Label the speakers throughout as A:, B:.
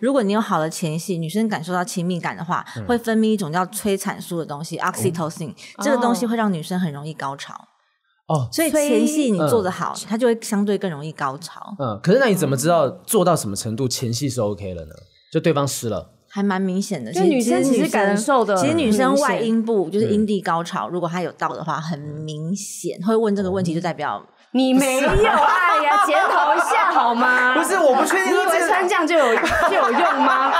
A: 如果你有好的前戏，女生感受到亲密感的话，
B: 嗯
A: 会分泌一种叫催产素的东西 （oxytocin），、这个东西会让女生很容易高潮。
B: 哦，
A: 所以
C: 催
A: 前戏你
B: 嗯
A: 做得好，它就会相对更容易高潮，
B: 嗯，可是那你怎么知道做到什么程度前戏是 OK 了呢？就对方湿了，
A: 还蛮明显的。
C: 就
A: 其实
C: 女生
A: 其实
C: 其
A: 女
C: 实感受的，
A: 其实女生外，阴部
B: 嗯
A: 就是阴蒂高潮，如果她有到的话，很明显。会问这个问
B: 嗯
A: 题，就代表
C: 你没有哎呀，检讨一下好吗？
B: 不是，我不确定
C: 你以
B: 说这
C: 为
B: 个
C: 穿这样就有就有用吗？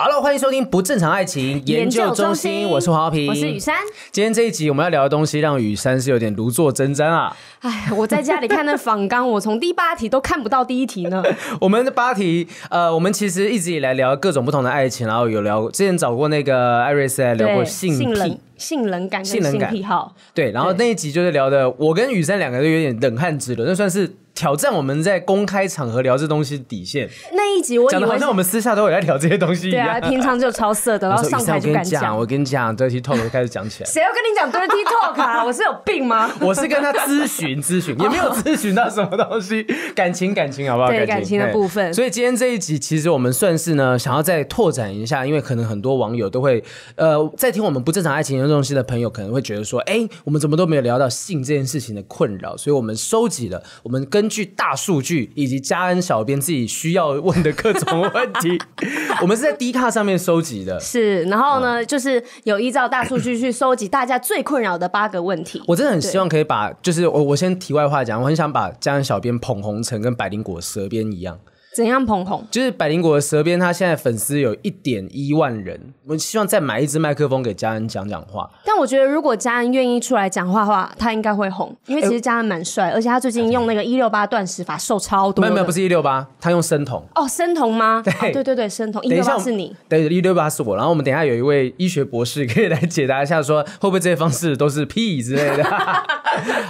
B: 好了，欢迎收听不正常爱情 研究中心，我是黄浩平，
C: 我是雨。珊。
B: 今天这一集我们要聊的东西，让雨珊是有点如坐针毡啊。
C: 哎，我在家里看那仿纲，我从第八题都看不到第一题 呢。
B: 我们的八题，呃，我们其实一直以来聊各种不同的爱情，然后有聊之前找过那个艾瑞斯来聊过
C: 对，
B: 性癖
C: 冷，、性冷感
B: 性
C: 跟
B: 冷
C: 性
B: 感
C: 癖好，
B: 对，然后那一集就是聊的，我跟雨珊两个都有点冷汗直流，那算是挑战我们在公开场合聊这东西底线，
C: 那一集我以
B: 讲的好
C: 为是
B: 像我们私下都有在聊这些东西一
C: 对啊，
B: 样。
C: 平常就超色的，然
B: 我
C: 后
B: 说
C: 上
B: 雨珊我
C: 台就
B: 跟
C: 敢
B: 你讲，
C: 讲。
B: 我跟你讲，dirty talk 就开始讲起来。
C: 谁要跟你讲 dirty talk 啊？我是有病吗？
B: 我是跟他咨询咨询，也没有咨询到什么东西，感情感情好不好？
C: 对
B: 情
C: 感情的
B: 嘿
C: 部分
B: 所以今天这一集，其实我们算是呢，想要再拓展一下，因为可能很多网友都会，呃，在听我们不正常爱情这东西的朋友，可能会觉得说，哎，我们怎么都没有聊到性这件事情的困扰，所以我们收集了，我们根据大数据以及嘉恩小编自己需要问的各种问题， 我们是在 D 卡上面收集的。
C: 是，然
B: 嗯
C: 后呢，就是有依照大数据去收集大家最困扰的八个问题。
B: 我真的很希望可以把，就是我我先题外话讲，我很想把嘉恩小编捧红成跟百灵果蛇鞭一样，
C: 怎样捧红？
B: 就是百灵果的蛇鞭，他现在粉丝有一点一万人，我希望再买一支麦克风给家人讲讲话。
C: 但我觉得，如果嘉恩愿意出来讲话的话，他应该会红，因
B: 哎
C: 为其实嘉恩蛮帅，而且他最近用那个一六八断食法瘦超多
B: 没
C: 的。
B: 有没有，不是一六八，他用生酮。
C: 哦，生酮吗？
B: 对
C: 哦对对对，生酮一
B: 等一
C: 六
B: 下
C: 八
B: 我
C: 是你。，
B: 对，一六八是我。然后我们等一下有一位医学博士 可以来解答一下，说会不会这些方式都是屁之 类的。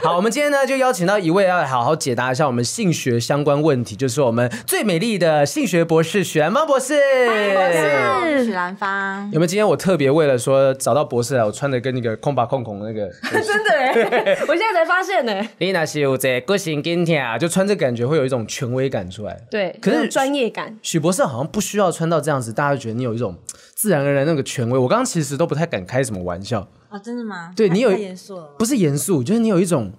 B: 好，我们今天呢就邀请到一位要来好好解答一下我们性学相关问题，就是我们最美丽的性学博士许兰芳博士。
A: 是许兰芳。
B: 有没有？今天我特别为了说找到博士啊来，我穿的跟那个空吧空空那 个
C: 真的哎， 我现在才发现呢。
B: 你那是有这个性跟听啊，就穿这感觉会有一种权威感出来。
C: 对，
B: 可是
C: 有专业感。
B: 许博士好像不需要穿到这样子，大家就觉得你有一种自然而然那个权威。我刚刚其实都不太敢开什么玩笑，
A: 哦，真的吗？
B: 对你有
A: 太太严肃了吗。
B: 不是严肃，就是你有一种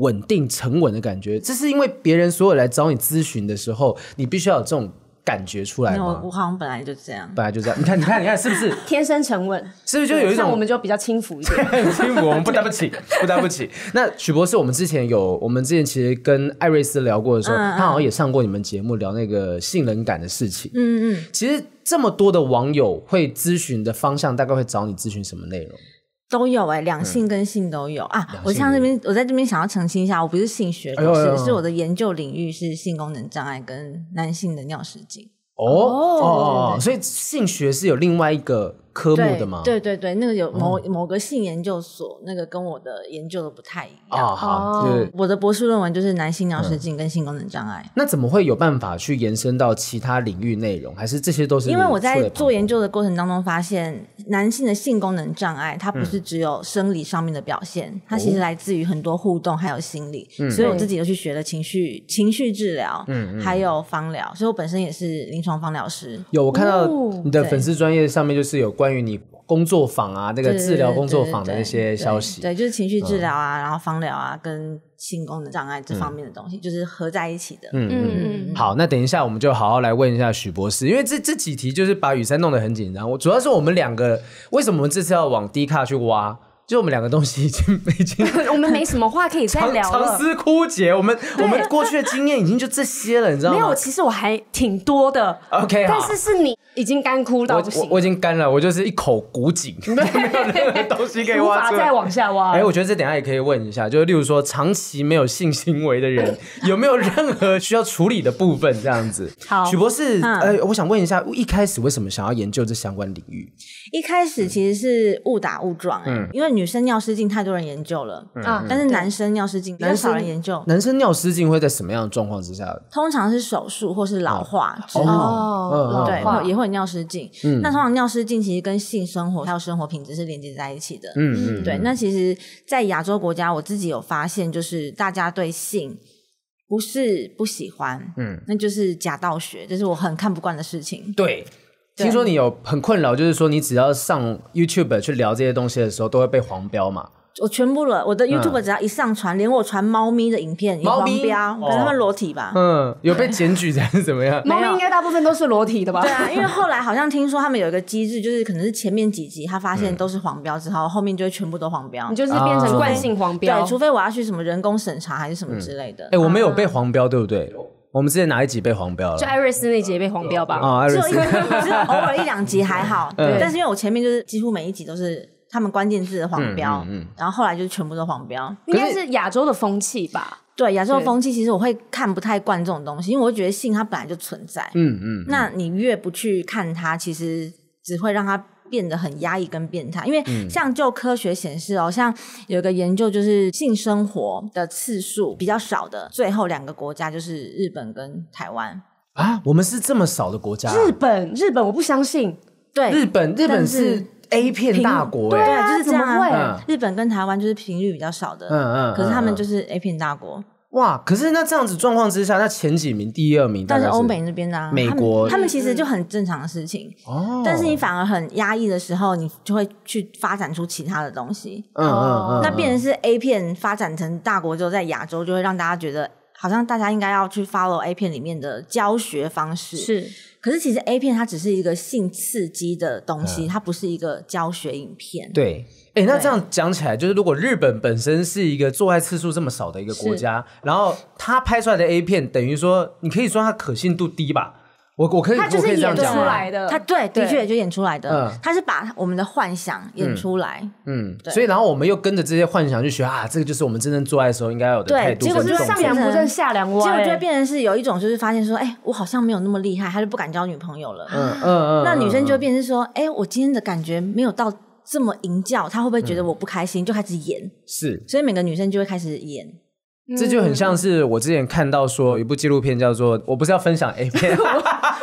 B: 稳定沉稳的感觉。这是因为别人所有来找你咨询的时候，你必须要有这种感觉出来
A: 没有，我
B: 吗
A: 我？好像本来就这样。
B: 本来就这样，你看，你看，你看，是不是？
C: 天生沉稳，
B: 是不是就有一
C: 像
B: 种
C: 我们就比较轻浮 一点。
B: 很辛苦，我们不得不起，不得不起。那许博士，我们之前有，我们之前其实跟艾瑞斯聊过的时候，
A: 嗯嗯
B: 他好像也上过你们节目聊那个性冷感的事情。
A: 嗯嗯，
B: 其实这么多的网友会咨询的方向，大概会找你咨询什么内容？
A: 都有哎、两性跟性都有、啊。
B: 性
A: 我像这边，我在这边想要澄清一下，我不是性学博士，
B: 哎呦哎呦哎呦
A: 是我的研究领域是性功能障碍跟男性的尿失禁。
B: 哦
C: 哦
B: 哦，所以性学是有另外一个科目的吗？哦
A: 对对对，那个有某、某个性研究所，那个跟我的研究的不太一样。
B: 啊，好，
C: 哦
B: 对。
A: 我的博士论文就是男性尿失禁跟性功能障碍。
B: 那怎么会有办法去延伸到其他领域内容？还是这些都是
A: 因为我在做研
B: 究？
A: 究的过程当中发现，男性的性功能障碍，它不
B: 嗯
A: 是只有生理上面的表现，它其
B: 哦
A: 实来自于很多互动还有心理。
B: 嗯
A: 所以我自己又去学了情绪情绪治疗，还有芳疗，所以我本身也是临床芳疗师。
B: 有，我看到
C: 哦
B: 你的
A: 对
B: 粉丝专业上面就是有关于你工作坊啊，那个
A: 对
B: 治疗工作
A: 对
B: 坊的
A: 对
B: 那些消息。嗯
A: 对，就是情绪治疗啊，然后芳疗啊，跟性功能障碍这方面的东西，就是合在一起的。嗯，
C: 嗯嗯，
B: 好，那等一下我们就好好来问一下许博士，因为这这几题就是把雨珊弄得很紧张。我主要是我们两个为什么我们这次要往低卡去挖？就我们两个东西已经已经
C: 我们没什么话可以再
B: 长
C: 哎聊了。
B: 长思枯竭，我们我们过去的经验已经就这些了，你知道
C: 没有，
B: 吗
C: 其实我还挺多的，
B: ？OK，好
C: 但是是你已经干枯到
B: 我哎我
C: 不行，
B: 我已经干了，我就是一口古井， 没有任何东西可以
C: 无
B: 挖
C: 法
B: 出来
C: 再。往下挖。
B: 哎、我觉得这等一下也可以问一下，就是例如说长期没有性行为的人，有没有任何需要处理的部分？这样子。
C: 好
B: 许博士，
A: 嗯
B: 呃，我想问一下，一开始为什么想要研究这相关领域？嗯
A: 一开始其实是误打误撞、欸，因为女生尿失禁太多人研究了，
C: 啊，
A: 但是男生尿失禁比较少人研究，
B: 男生尿失禁会在什么样的状况之下？嗯
A: 通常是手术或是老
B: 啊
A: 化之后。
C: 哦，
A: 对，
C: 老化
A: 会也会有尿失禁。那通常尿失禁其实跟性生活还有生活品质是连接在一起的。
B: 嗯嗯，
A: 对，那其实，在亚洲国家，我自己有发现，就是大家对性不是不喜欢，
B: 嗯
A: 嗯，那就是假道学，这是我很看不惯的事情。
B: 对。
A: 对
B: 听说你有很困扰，就是说你只要上 YouTube 去聊这些东西的时候，都会被黄标嘛？
C: 嗯
A: 我全部了，我的 YouTube 只要一上传，连我传猫咪的影片也
B: 嗯猫
A: 黄
B: 咪
A: 标，可能他们
B: 哦
A: 裸体吧。
B: 嗯，有被检举还是怎么 样？
C: 猫咪
A: 没有
C: 应该大部分都是裸体的吧
A: 对？啊，因为后来好像听说他们有一个机制，就是可能是前面几集他发
B: 嗯
A: 现都是黄标之后，后面就会全部都黄标
C: 你。就是变
B: 啊
C: 成惯性黄标
A: 对，，除非我要去什么人工审查还是什么之类的
B: 哎、。我们有被黄标，对不对？我们之前哪一集被黄标
C: 嗯就
B: 了？
C: 艾瑞斯那集也被黄标吧？
B: 啊啊，艾
A: 只
B: 瑞
A: 有一
B: 斯
A: 个，只有偶尔一两集还好，
B: 嗯
A: 但是因为我前面就是几乎每一集都是他们关键字的黄标，
B: 嗯
A: 然后后来就是全部都黄标。
C: 应该是亚洲的风气吧？
A: 对亚洲的
C: 对
A: 风气，其实我会看不太惯这种东西，因为我会觉得性它本来就存在，
B: 嗯嗯，
A: 那你越不去看它，其实只会让它变得很压抑跟变态。因为
B: 嗯
A: 像就科学显示哦，像有一个研究就是性生活的次数比较少的，最后两个国家就是日本跟台湾。
B: 啊，我们是这么少的国家啊、
C: 日本，日本，我不相信，
A: 对，
B: 日本日本
A: 但是
B: 是 A 片大国哎、
A: 对
C: 啊
A: 啊，就是这样
C: 怎么会
A: 啊。日本跟台湾就是频率比较少的，
B: 嗯嗯嗯
A: 可是他们就是 A 片大国，
B: 哇！可是那这样子状况之下，那前几名、第二名大
A: 但
B: 概
A: 是
B: 是
A: 欧美那边的啊，
B: 美
A: 他们
B: 国
A: 他们其实就很正常的事情。
B: 哦，
A: 但是你反而很压抑的时候，你就会去发展出其他的东西。
B: 嗯嗯嗯，
A: 哦那变成是 A 片发展成大国之后，在亚洲就会让大家觉得，好像大家应该要去 follow A 片里面的教学方式。，
C: 是
A: 可是其实 A 片它只是一个性刺激的东西，
B: 嗯
A: 它不是一个教学影片。，
B: 对。哎、那
A: 对
B: 这样讲起来，就是如果日本本身是一个做爱次数这么少的一个国家，然后他拍出来的 A 片，等于说你可以说它可信度低吧？我我可以
C: 它就是
B: 我可以这样
C: 演
B: 讲
C: 出
B: 吗
C: 来的，
A: 它对的
C: 对
A: 确也就演出来的
B: 嗯，
A: 它是把我们的幻想演出来。
B: 嗯，
A: 对
B: 所以然后我们又跟着这些幻想去学啊，这个就是我们真正做爱的时候应该有的
A: 对
B: 态度
A: 结果
B: 跟
C: 就
B: 动
C: 是
B: 作。
C: 上梁不正下哎梁
A: 结果
C: 歪，
A: 就会变成是有一种，就是发现说，哎、我好像没有那么厉害，他就不敢交女朋友了。
B: 嗯嗯
A: 那女生就会
B: 嗯
A: 变成说，哎、我今天的感觉没有到这么营教，她会不会觉
B: 嗯
A: 得我不开心？就开始演，
B: 是，
A: 所以每个女生就会开始演。
B: 这就很
C: 嗯
B: 像是我之前看到说有一部纪录片叫做，我不是要分享 A 片，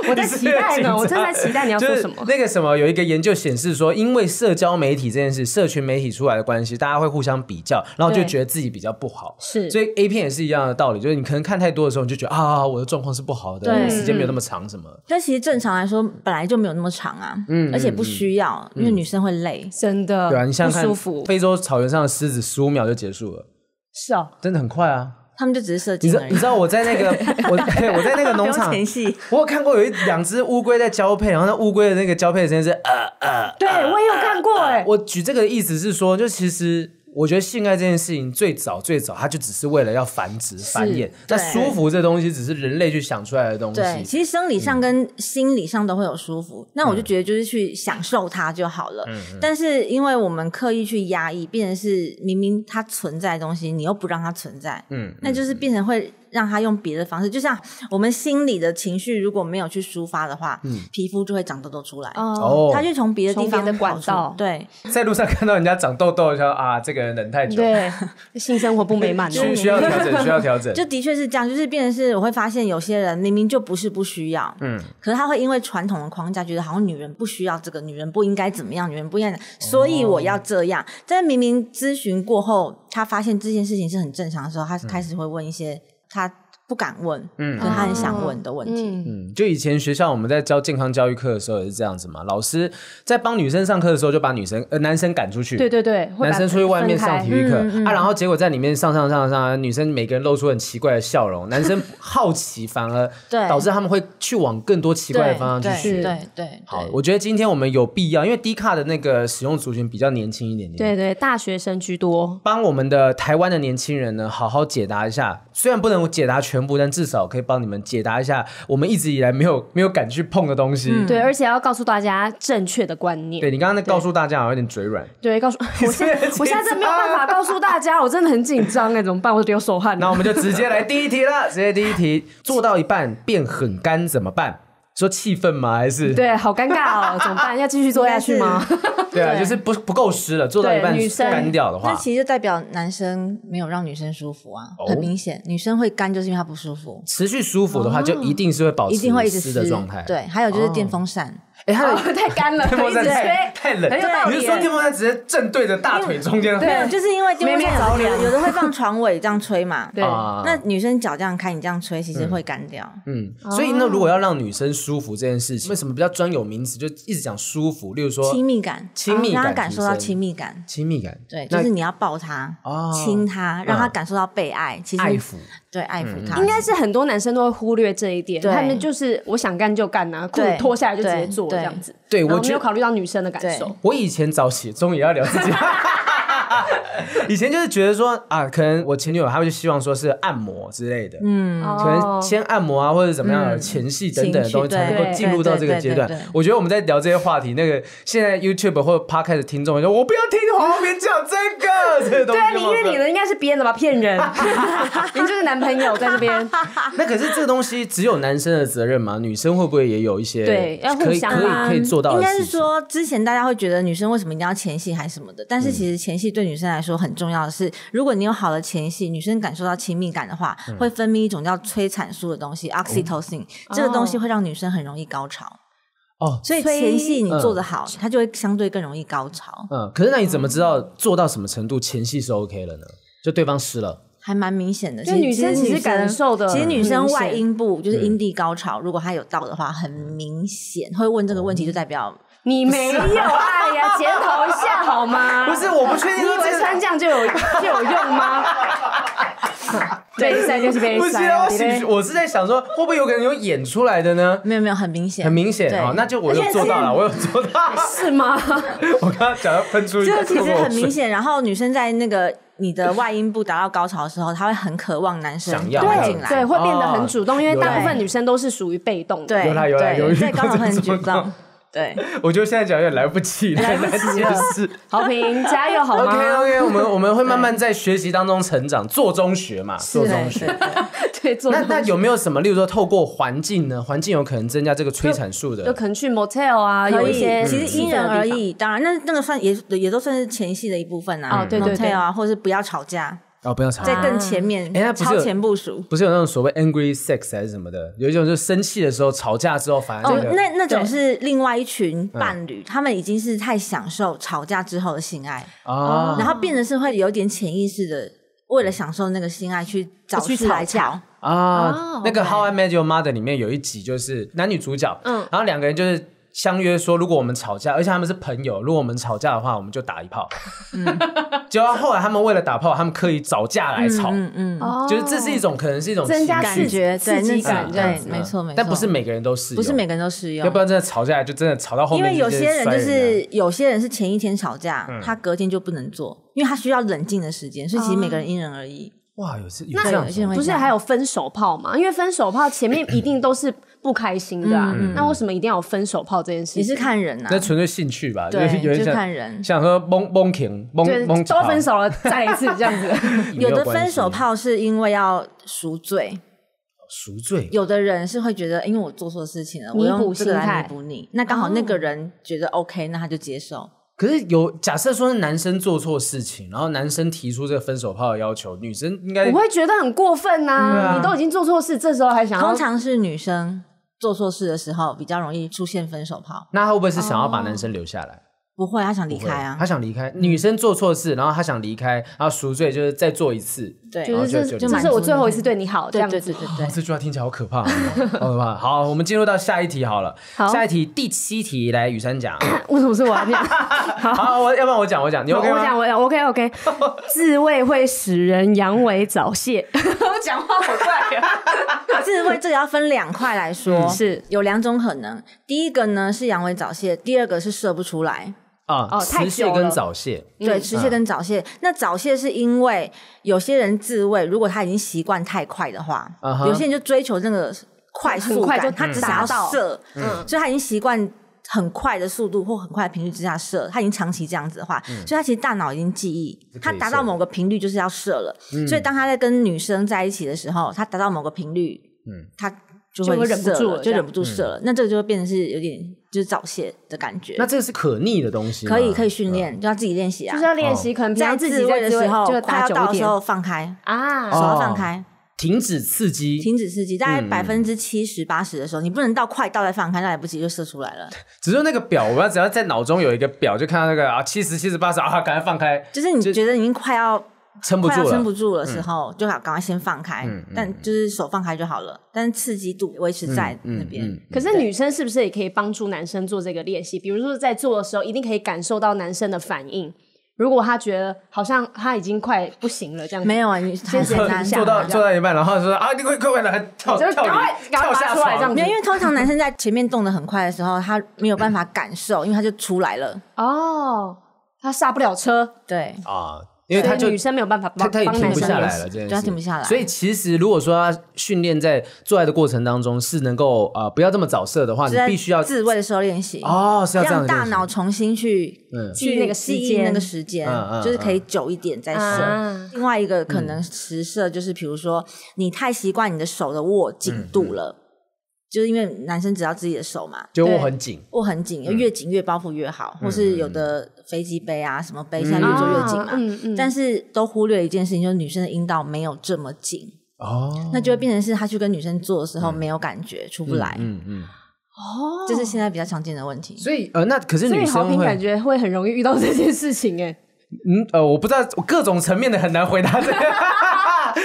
C: 我在期待 呢，我正在期待你要
B: 就
C: 说
B: 是
C: 什么。
B: 那个什么，有一个研究显示说，因为社交媒体这件事，社群媒体出来的关系，大家会互相比较，然后就
C: 对
B: 觉得自己比较不好。
C: 是
B: 所以 A 片也是一样的道理，就是你可能看太多的时候，你就觉得啊，我的状况是不好的，
A: 对
B: 时间没有那么长什
C: 嗯
B: 么。
A: 但其实正常来说，本来就没有那么长啊，
B: 嗯
A: 而且不需要，因为女生会累。
C: 真的，
B: 对啊，你想
C: 不舒
B: 想看，
C: 服，
B: 非洲草原上的狮子十五秒就结束了，
C: 是哦，
B: 真的很快啊。
A: 她们就只是射
B: 你
A: 精
B: 知
A: 而已。
B: 你知道我在那个我我在那个农场
A: 不用前戏，
B: 我有看过有一两只乌龟在交配，然后那乌龟的那个交配的时间是呃
C: 对我也有看过哎，
B: 我举这个意思是说，就其实我觉得性爱这件事情最早最早，它就只是为了要繁殖繁衍。那舒服这东西只是人类去想出来的东
A: 对，
B: 西。
A: 其实生理上跟心理上都会有舒服，那我就觉得就是去享受它就好了。但是因为我们刻意去压抑，变成是明明它存在的东西，你又不让它存在，
B: 嗯
A: 嗯，那就是变成会让它用别的方式，就像我们心里的情绪如果没有去抒发的话，皮肤就会长痘痘出来。
C: 哦，
B: 哦
A: 它，就从别的地
C: 从
A: 方
C: 别的管
A: 跑出
C: 道
A: 对，
B: 在路上看到人家长痘痘，就说啊，这个人忍太久，
C: 对，性生活不美满
B: 需
C: 哦，
B: 需要调整，需要调 整。
A: 就的确是这样，就是变成是我会发现有些人明明就不是不需要，嗯，可是他会因为传统的框架觉得好像女人不需要这个，女人不应该怎么样，女人不应该，所以我要这样。但是明明咨询过后，他发现这件事情是很正常的时候，他开始会问一些他不敢问，嗯，可他很想问的问题。
C: 嗯，
B: 嗯就以前学校我们在教健康教育课的时候也是这样子嘛，老师在帮女生上课的时候就把女生呃男生赶出去，
C: 对对对，会把
B: 男生出去外面上体育课、
A: 分开嗯
B: 啊，然后结果在里面上上上上，女生每个人露出很奇怪的笑容，男生好奇反而
A: 对
B: 导致他们会去往更多奇怪的方向
A: 对
B: 去学。
A: 对对，
B: 嗯好，我觉得今天我们有必要，因为 D 卡的那个使用族群比较年轻一点点，
C: 对对，大学生居多，
B: 帮我们的台湾的年轻人呢，好好解答一下。虽然不能解答全部，但至少可以帮你们解答一下我们一直以来没有没有敢去碰的东西。
A: 嗯
C: 对，而且要告诉大家正确的观念。
B: 嗯对你刚刚在告诉大家，好像有点嘴软。
C: 对，告诉我现在我现在真的没有办法告诉大家，我真的很紧张哎，怎么办？我 流手汗了。
B: 那我们就直接来第一题了，直接第一题，做到一半变很干怎么办？说气氛吗？还是
C: 对，好尴尬哦，怎么办？要继续做下去吗？
B: 对啊，就是不不够湿了，做到一半
C: 对女生
B: 干掉的
A: 那
B: 话，
A: 其实就代表男生没有让女生舒服啊，很明显，女生会干就是因为她不舒服，
B: 持续舒服的话，就一定是会保
A: 哦
B: 持
A: 一定会一直
B: 湿
A: 湿
B: 的状态。
A: 对，，还有就是电风扇，
B: 哎，它的
C: 哦太干了，
B: 电风
C: 一直
B: 扇 太
C: 吹，
B: 太冷，
C: 很有道理
B: 你是说电风扇直接正对着大
A: 嗯
B: 腿中间？
A: 没有，就是因为电风扇有
C: 没
A: 的
C: 有着凉
A: 有的会放床尾这样吹嘛，
C: 对
B: 啊，
A: 那女生脚这样开，你这样吹，其实会干掉。
B: 嗯，所以那如果要让女生舒服这件事情，为什么比较专有名词就一直讲舒服？例如说
A: 哦亲密感，哦
B: 亲密感
A: 让她感受到
B: 提升
A: 亲密感，
B: 亲密感，
A: 对，
B: 那
A: 就是你要抱她
B: 哦，
A: 亲她，让她感受到被嗯爱。嗯其实
B: 爱抚，
A: 对爱抚她，
C: 应该是很多男生都会忽略这一点，
A: 对
C: 他们就是我想干就干啊，裤子
A: 对
C: 脱下来就直接
A: 对
C: 做这
A: 对
C: 样子，
B: 对
C: 然
B: 我
C: 后没
B: 觉
C: 有
B: 得
C: 考虑到女生的感
A: 对
C: 受。
B: 我以前早起，终于要聊自己。 以前就是觉得说啊，可能我前女友她会就希望说是按摩之类的，嗯，
C: 哦
B: 可能先按摩啊，或者怎么样的前戏等等的东
A: 情绪
B: 西才能够
C: 对
B: 进入到这个阶段
A: 对对对对对。
B: 我觉得我们在聊这些话题，那个现在 YouTube 或者 Podcast 的听众会说，我不要听黄浩明讲这个，这个东
C: 对
B: 西
C: 啊，
B: 好
C: 你
B: 不
C: 因
B: 好。
C: 为你的应该是编的吧，骗人，你就是男朋友在这边，
B: 那可是这个东西只有男生的责任嘛？女生会不会也有一些
C: 对要互
B: 可以
C: 相
B: 可以
C: 啦
B: 可以做到
A: 应
B: 的
A: 该
B: 事
A: 是
B: 情？
A: 说，之前大家会觉得女生为什么一定要前戏还什么的，但是其实前戏对女生来说很重要的是，如果你有好的前戏，女生感受到亲密感的话，会分泌一种叫催产素的东西 （oxytocin），、这个东西会让女生很容易高潮。
B: 哦，
A: 所以
C: 催
A: 前戏你做得好，她就会相对更容易高潮，
B: 嗯，可是那你怎么知道做到什么程度前戏是 OK 了呢？就对方湿了，
A: 还蛮明显的。
C: 就
A: 其实
C: 女生其实感受的
A: 其实女生
C: 明显
A: 外阴部
B: 嗯
A: 就是阴蒂高潮，如果她有到的话，很明显。会问这个问题就代表
C: 你没有爱呀，检讨一下好吗？
B: 不是，我不确
C: 你
B: 定
C: 以
B: 说这
C: 为
B: 个
C: 穿这样就有就有用 吗？被塞就是被
B: 不是
C: 塞
B: 啊，
C: 啊，
B: 我
C: 对
B: 是我是在想说，会不会有可能有演出来的呢？
A: 没有没有很明显，
B: 嗯很明显
A: 对
B: 啊、哦，那就我有做到了，我有做到。
C: 是吗？
B: 我刚刚讲要喷出一
A: 就
B: 个
A: 其实很明
B: 口水，
A: 显，然后女生在那个你的外阴部达到高潮的时候，她会很渴望男生
B: 想要
A: 赶快
B: 对
A: 进来，
C: 对，会变得
B: 哦
C: 很主动，因为
B: 有啦
C: 大部分女生都是属于被动的。
A: 对
B: 有啦有啦有
A: 对，在高潮会很
B: 有
A: 主
B: 有这种
A: 动，对，
B: 我觉得现在讲有点来不及了，
A: 来不及 了
B: 是。
C: 好评加油好
B: OK
C: 吗？
B: OK，我们我们会慢慢在学习当中成长，做中学嘛，做中
A: 对
B: 学。
A: 对对
C: 对，做
B: 那
C: 得
B: 那有没有什么，例如说透过环境呢？环境有可能增加这个催产素
C: 就
B: 的，
C: 可能去 motel 啊，有
A: 可
C: 一
A: 以
C: 些，
A: 其实因人
C: 的
A: 而
C: 地方。
A: 异，当然，那那个算也也都算是前戏的一部分啊，
C: 哦对对对啊
A: motel 啊，或者是不要吵架，
B: 哦，不要吵。
A: 在更前面
B: 哎那不是有
A: 超前部署。
B: 不是有那种所谓 angry sex 还是什么的，有一种就是生气的时候吵架之后，反而
A: 哦
B: 这，个嗯
A: 那那种是另外一群伴侣，他们已经是太享受吵架之后的性爱，
C: 嗯
B: 啊
A: 然后变得是会有点潜意识的，为了享受那个性爱去找
C: 哦去
A: 事来
C: 吵架
A: 吵。
B: 啊
C: 哦，
B: 那个《
C: OK
B: How I Met Your Mother》里面有一集就是男女主角，
C: 嗯
B: 然后两个人就是相约说，如果我们吵架，而且他们是朋友，如果我们吵架的话，我们就打一炮。 结果后来他们为了打炮，他们刻意找架来吵，
A: 嗯嗯嗯，
C: 哦
B: 就是这是一种可能是一种
C: 增加
B: 情
A: 感
B: 绪
A: 觉
C: 刺
A: 对
C: 激
A: 那
C: 感
A: 种
C: 这样
A: 对
C: 子，
A: 没错没错，
B: 但不是每个人都适用，
A: 不是每个人都适用
B: 要不。然真的吵架就真的吵到后
A: 因
B: 面，
A: 为有些人就
B: 摔人嗯
A: 是有些人是前一天吵架，他隔天就不能做，因为他需要冷静的时间，所以其
C: 哦
A: 实每个人因人而异。
B: 家哇，有是有这样
A: 有
B: 子
A: 些人
B: 吗，
A: 会
C: 不是
A: 这样
C: 还有分手炮嘛？因为分手炮前面一定都是不开心的啊，那为什么一定要有分手炮这件事
A: 也嗯是
C: 情？
A: 看人呐啊
B: 那，纯粹兴趣吧，就
A: 对
B: 是有点
A: 就
B: 想
A: 看人
B: 想喝蒙蒙停蒙
C: 就是
B: 蒙
C: 都分手了再来一次这样 子，
A: 有的分
B: 炮。
A: 手炮是因为要赎罪，
B: 赎罪
A: 有的人是会觉得，因为我做错事情了，
C: 弥
A: 我
C: 补
A: 用这个
C: 心态哦
A: 来弥补你。那刚好那个人觉得 OK，那他就接受。
B: 可是有假设说是男生做错事情，然后男生提出这个分手炮的要求，女生应该
C: 我会觉得很过分呐、
B: 啊
C: 你都已经做错事，这时候还想要
A: 通常是女生做错事的时候比较容易出现分手炮，
B: 那他会不会是想要把男生留下来？
A: 不会，她想离
C: 哦
B: 不会
A: 开啊
B: 他。想离
C: 嗯
B: 开。女生做错事，然后他想离开，然后赎罪就是再做一次。
A: 对，
C: 啊就是
B: 然后
C: 这
B: 就
C: 这
B: 就
C: 这是我最后一次对你好
A: 对
C: 这样
A: 对
C: 子
A: 对。对对
B: 哦，。这句话听起来好可怕、哦，好可 怕。好，我们进入到下一题好了。
C: 好
B: 下一题第七题，来雨珊讲。
C: 为什么是我要念？好，
B: 好，我要不然我讲，我讲，你 OK
C: 我讲
B: 吗？
C: 我讲 OK OK，自慰会使人阳痿早泄。我讲话好怪啊！
A: 自慰这个要分两块来说，
B: 嗯
C: 是
A: 有两种可能。第一个呢是阳痿早泄，第二个是射不出来。
B: 啊，
C: 哦太
B: 迟
C: 久
B: 泄
C: 了
B: 跟早泄。
A: 对，迟泄跟
B: 嗯
A: 早泄。那早泄是因为有些人自慰，如果他已经习惯太快的话
B: 嗯哼
A: 有些人就追求那个快速
C: 很快
A: 感，
C: 就
A: 他只想要
C: 达到嗯
A: 射，所以他已经习惯。很快的速度或很快的频率之下射，他已经长期这样子的话，所以他其实大脑已经记忆，
B: 嗯可
A: 他
B: 以
A: 达到
B: 射嗯
A: 某个频率
B: 嗯
A: 就是要射了。所以当他在跟女生在一起的时候，他达到某个频率，他就
C: 就会忍不
A: 射
C: 住了
A: 了，
C: 这
A: 就
C: 样
A: 忍不住射了。那这个就会变成是有点就是早泄的感觉。
B: 那这个嗯是可逆的东西吗，
A: 可以可以
B: 以
A: 训练，就要自己练习啊。
C: 就是要练习，可能平
A: 在
C: 常自
A: 自
C: 己
A: 慰的
C: 自
A: 时候，
C: 就
A: 快
C: 打
A: 要
C: 九
A: 到的时
C: 点
A: 候放开，手
C: 啊，
A: 要放开，
B: 停止刺激，
A: 哦停止刺激，大概
B: 嗯
A: 百分之七十八十的时候，你不能到快到再放开，那来不及就射出来了。
B: 只是那个表，我要只要在脑中有一个表，就看到那个啊七十七十八十啊，赶快放开，
A: 就是你觉得已经快要
B: 撑不
A: 快
B: 住
A: 要撑
B: 了
A: 不。住的时候，就赶赶快先放开，但就是手放开就好了，但是刺激度维持在那边。
C: 可是女生是不是也可以帮助男生做这个练习？比如说在做的时候，一定可以感受到男生的反应。如果他觉得好像他已经快不行了，这样子
A: 没有啊，你很
C: 先
A: 很
C: 做
A: 难
C: 做
A: 啊
B: 做到
A: 这样
B: 做到一半，然后说啊，你快快快来跳
C: 就是
B: 跳
C: 赶快
B: 离
C: 赶快
B: 跳下
C: 拔出来这样
B: 床
C: 子
A: 没有，因为通常男生在前面动得很快的时候，他没有办法感受，因为他就出来了。
C: 哦，他刹不了车，
A: 对，
B: 啊，因为他
C: 所以
B: 就
C: 女生没有办法
B: 他
C: 帮
B: 他也
C: 帮
B: 停
C: 男
B: 不
C: 生
B: 下
C: 练
B: 来
C: 习
B: 了，这件事
A: 对他停不下来
B: 所以其实如果说他训练在做爱的过程当中是能够呃不要这么早射的话，
A: 就
B: 你
A: 在
B: 必须要
A: 自慰的时候练习，
B: 哦是要这样
A: 让
B: 的
A: 大
B: 练习
A: 脑重新去
B: 嗯
C: 记那个时
A: 记
C: 间
A: 忆那个时间
B: 嗯嗯，
A: 就是可以久一点再
C: 嗯
A: 射。另外一个可能实射就是，比如说你太习惯你的手的握紧度
B: 嗯
A: 了，就是因为男生只要自己的手嘛，
B: 就握
C: 对
B: 很紧，
A: 握很紧，
B: 嗯
A: 越紧越包袱越好，或是有的飞机杯啊什么杯，现在越做越紧
C: 啊嗯嗯
A: 嘛。但是都忽略一件事情，就是女生的阴道没有这么紧，
B: 哦，
A: 那就会变成是她去跟女生做的时候没有感觉，出不来，
B: 嗯嗯。
C: 哦，
A: 这是现在比较常见的问题。
B: 所以呃，那可是
C: 所
B: 女
C: 以豪
B: 生
C: 平感
B: 会，
C: 觉会很容易遇到这件事情哎、
B: 嗯呃，我不知道，我各种层面的很难回答这 个。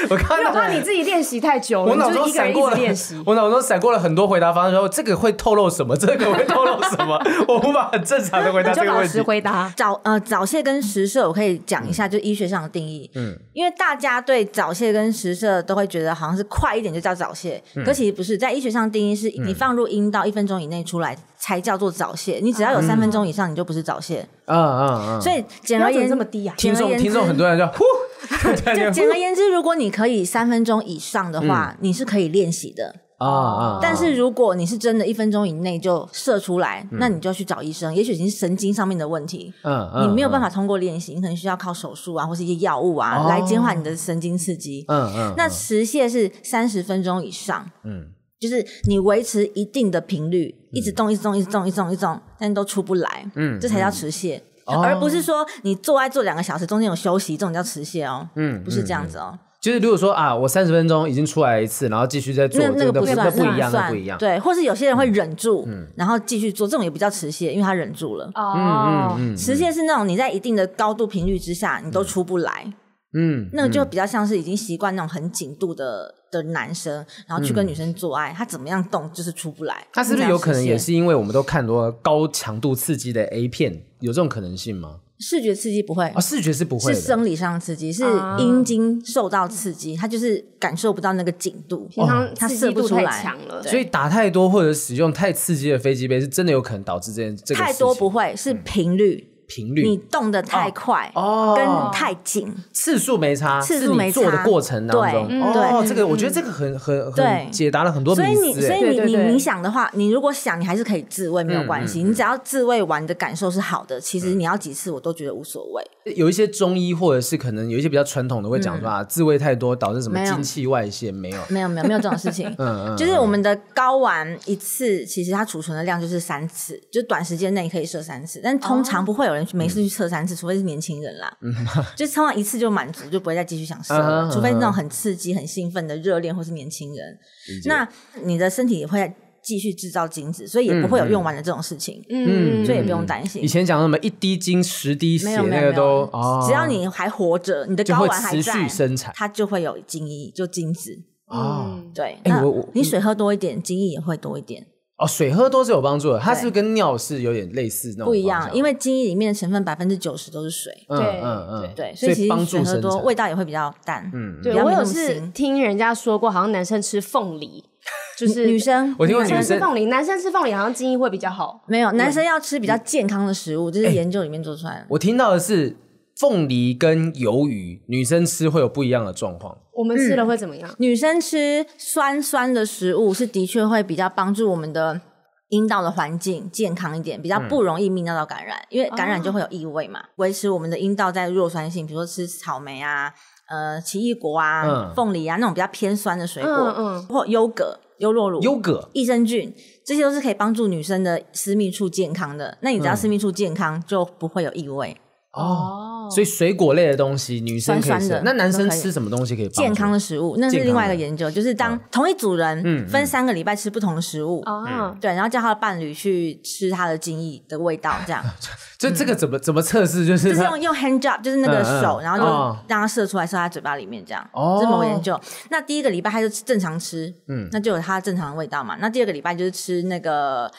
B: 我看
C: 因为我
B: 到
C: 怕你自己练习太久了，
B: 我
C: 你
B: 脑
C: 就
B: 中
C: 是一个人
B: 闪
C: 一
B: 过
C: 直
B: 了
C: 练习，。
B: 我脑中闪过了很多回答方式，说这个会透露什么，这个会透露什么，我无法很正常的回答
C: 你就
B: 这个
C: 老
B: 问
C: 实
B: 题。
C: 回答。
A: 早呃早泄跟
C: 嗯
A: 实射，我可以讲一下，就医学上的定义。嗯，因为大家对早泄跟实射都会觉得好像是快一点就叫早泄，
C: 嗯
A: 可其实不是，在医学上定义是你放入阴道一分钟以内出来才叫做早泄，你只要有三分钟以上，你就不是早泄。
B: 啊啊啊！
A: 所以简而
C: 嗯哦标准
A: 言
C: 这么低啊
B: 听
A: 简而
B: 众
A: 言之
B: 听众很多人就呼，
A: 就简而言之，如果你可以三分钟以上的
C: 嗯
A: 话，你是可以练习的。
B: 啊啊！
A: 但是如果你是真的一分钟以内就射出来，那你就要去找医生，也许已经是神经上面的问题。
B: 嗯
A: 你没有办
B: 法，
A: 法通过练习，你可能需要靠手术啊，或是一些药物啊、
B: 哦
A: 来减缓你的神经刺激。
B: 嗯嗯，
A: 那持械是三十分钟以上，
B: 嗯
A: 就是你维持一定的频率，一直动、一直动、一直动、一直动、一直动，但都出不来，嗯，这才叫持械，
B: 哦
A: 而不是说你做爱做两个小时，中间有休息，这种叫持械哦，嗯，不是这样子哦，
B: 就是如果说啊，我三十分钟已经出来一次，然后继续再做，
A: 那那
B: 这
A: 个
B: 不
A: 不
B: 那
A: 算，
B: 不一样，那
A: 算
B: 不一样。嗯
A: 对，或是有些人会忍住，然后继续做，这种也不叫持械，因为他忍住了。
B: 嗯
C: 哦，
A: 持械是那种你在一定的高度频率之下，你都出不来，
B: 嗯，
A: 那个就比较像是已经习惯那种很紧度的的男生，然后去跟女生做爱，他怎么样动就是出不来。
B: 嗯它是不是有可能也
A: 是
B: 是因为我们都看很多高强度刺激的 A 片，有这种可能性吗？
A: 视觉刺激不会
B: 啊，？视觉是不会
A: 是
B: 的，
A: 生理上的刺激，是
C: 啊
A: 阴茎受到刺激，他就是感受不到那个紧度。
C: 平常
A: 它
C: 刺
A: 哦射
C: 激
A: 不
C: 度
A: 出
C: 太
A: 来
C: 强了，
B: 所以打太多或者使用太刺激的飞机杯，是真的有可能导致这件这个
A: 太
B: 事
A: 多
B: 情
A: 不会，是
B: 嗯
A: 频率，
B: 频
A: 你
B: 率
A: 动得太快
B: 哦
A: 跟太紧，
B: 次数没差，
A: 次数
B: 是你
A: 没差
B: 做的过程当中，
A: 对嗯
B: 哦，这个我觉得这个很很
A: 对
B: 很解答了很多
A: 所以
B: 迷
A: 你
B: 思
A: 所以你
B: 欸。
C: 对对
A: 你
C: 对
A: 你想的话，你如果想，你还是可以自慰没有关
B: 嗯
A: 系，你只要自慰完的感受是好的，其实你要几次我都觉得无所谓。
B: 有一些中医或者是可能有一些比较传统的会讲说啊，自慰太多导致什
A: 嗯
B: 么
A: 没有
B: 精气外泄，没有，
A: 没有没有没有这种事
B: 嗯
A: 情，就是我们的睾丸一次，其实它储存的量就是三次，就短时间内可以射三次，但通常不会有人去没事去测三次，除非是年轻人啦，
B: 哦
A: 就通常一次就满足，就不会再继续想射
B: 嗯嗯
A: 了，
B: 嗯
A: 除非那种很刺激、很兴奋的热恋或是年轻人，那你的身体也会继续制造精子，所以也不会有用完的这种事情，
C: 嗯，
A: 所以也不用担心
B: 以。前讲什么一滴精十滴
A: 没
B: 血，
A: 有没
B: 那
A: 有没有
B: 个都，哦
A: 只要你还活着，你的
B: 就
A: 睾
B: 会
A: 丸还
B: 持
A: 在，
B: 续生产
A: 它就会有精液，就精子。
B: 哦
A: 对，
B: 哎
A: 那
B: 我我
A: 你水喝多一点，精液也会多一点，
B: 哦，水喝多是有帮助的，它是不是
A: 对
B: 跟尿是有点类似那种
A: 不一
B: 方
A: 样，
B: 向
A: 因为精液里面的成分百分之九十都是水，
B: 嗯
C: 对
B: 嗯嗯，
A: 对，
B: 所
A: 所以其
B: 帮
A: 实
B: 助
A: 水喝
B: 生
A: 多
B: 产
A: 味道也会比较淡，嗯，
C: 对我有是听人家说过，好像男生吃 凤梨，就是
A: 女生
B: 我听过
C: 女
B: 女
C: 生
B: 生
C: 吃凤梨，男生吃凤梨好像基因会比较好。
A: 没有，男生要吃比较健康的食物，这 是研究里面做出来的。
B: 我听到的是凤梨跟鱿鱼，女生吃会有不一样的状况。
C: 我们吃了会怎么样？
A: 女生吃酸酸的食物是的确会比较帮助我们的阴道的环境健康一点，比较不容易泌尿道感
C: 嗯
A: 染，因为感染就会有异味
C: 哦
A: 嘛，维持我们的阴道在弱酸性，比如说吃草莓啊、呃奇异果啊、
B: 嗯
A: 凤梨啊那种比较偏酸的水果，
C: 嗯嗯
A: 或优格。优酪乳、
B: 优格
A: 益生菌，这些都是可以帮助女生的私密处健康的。那你
B: 嗯
A: 只要私密处健康，就不会有异味。
B: 哦，所以水果类的东西女生可以吃，
A: 酸酸的
B: 那男生
A: 都可以
B: 吃什么东西可以帮助
A: 健康的？食物，那是
B: 健康
A: 另外一
B: 的嗯
A: 个研究，就是当同一组人分三个礼拜吃不同的食物，
C: 啊，
A: 对，然后叫他的伴侣去吃他的精液的味道，这样
B: 这这个怎么怎么测试？就
A: 嗯
B: 是
A: 就是
B: 它
A: 用用 hand job，就是那个
B: 嗯嗯
A: 手，然后就
B: 哦
A: 让它射出来，射在嘴巴里面这样。
B: 哦
A: 这是某个研究。那第一个礼拜他就吃正常吃，嗯，那就有它正常的味道嘛。那第二个礼拜就是吃那个。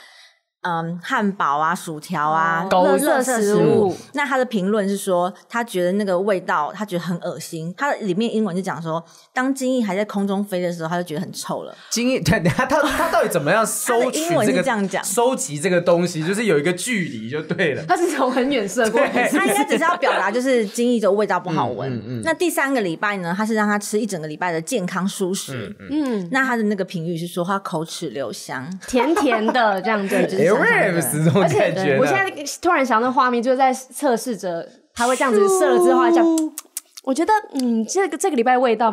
A: 嗯，汉堡啊，薯条啊，
B: 高
A: 热
B: 温
A: 热
C: 食
A: 食
C: 物
A: 物。那他的评论是说，他觉得那个味道，他觉得很恶心。他的里面英文就讲说，当精液还在空中飞的时候，他就觉得很臭了。
B: 精液，等下他他到底怎么样
A: 他
B: 收取
A: 的英文
B: 这
A: 是
B: 个
A: 这样讲
B: 收集这个东西，就是有一个距离就 对了。
C: 他是从很远射过
B: 对
C: 去，
A: 他应该只是要表达就是精液的味道不好
C: 嗯
A: 闻。那第三个礼拜呢，他是让他吃一整个礼拜的健康蔬食。
C: 嗯，
A: 那他的那个评语是说他口齿留香，
C: 甜甜的这样子，就
A: 是
C: 是
B: a
A: 想
B: r
A: 象
B: a
A: 的
B: v s 这种感觉呢，
C: 我现在突然想到画面，就是在测试着他会这样子射了之后，他这样，我觉得嗯，这个这个礼拜味道，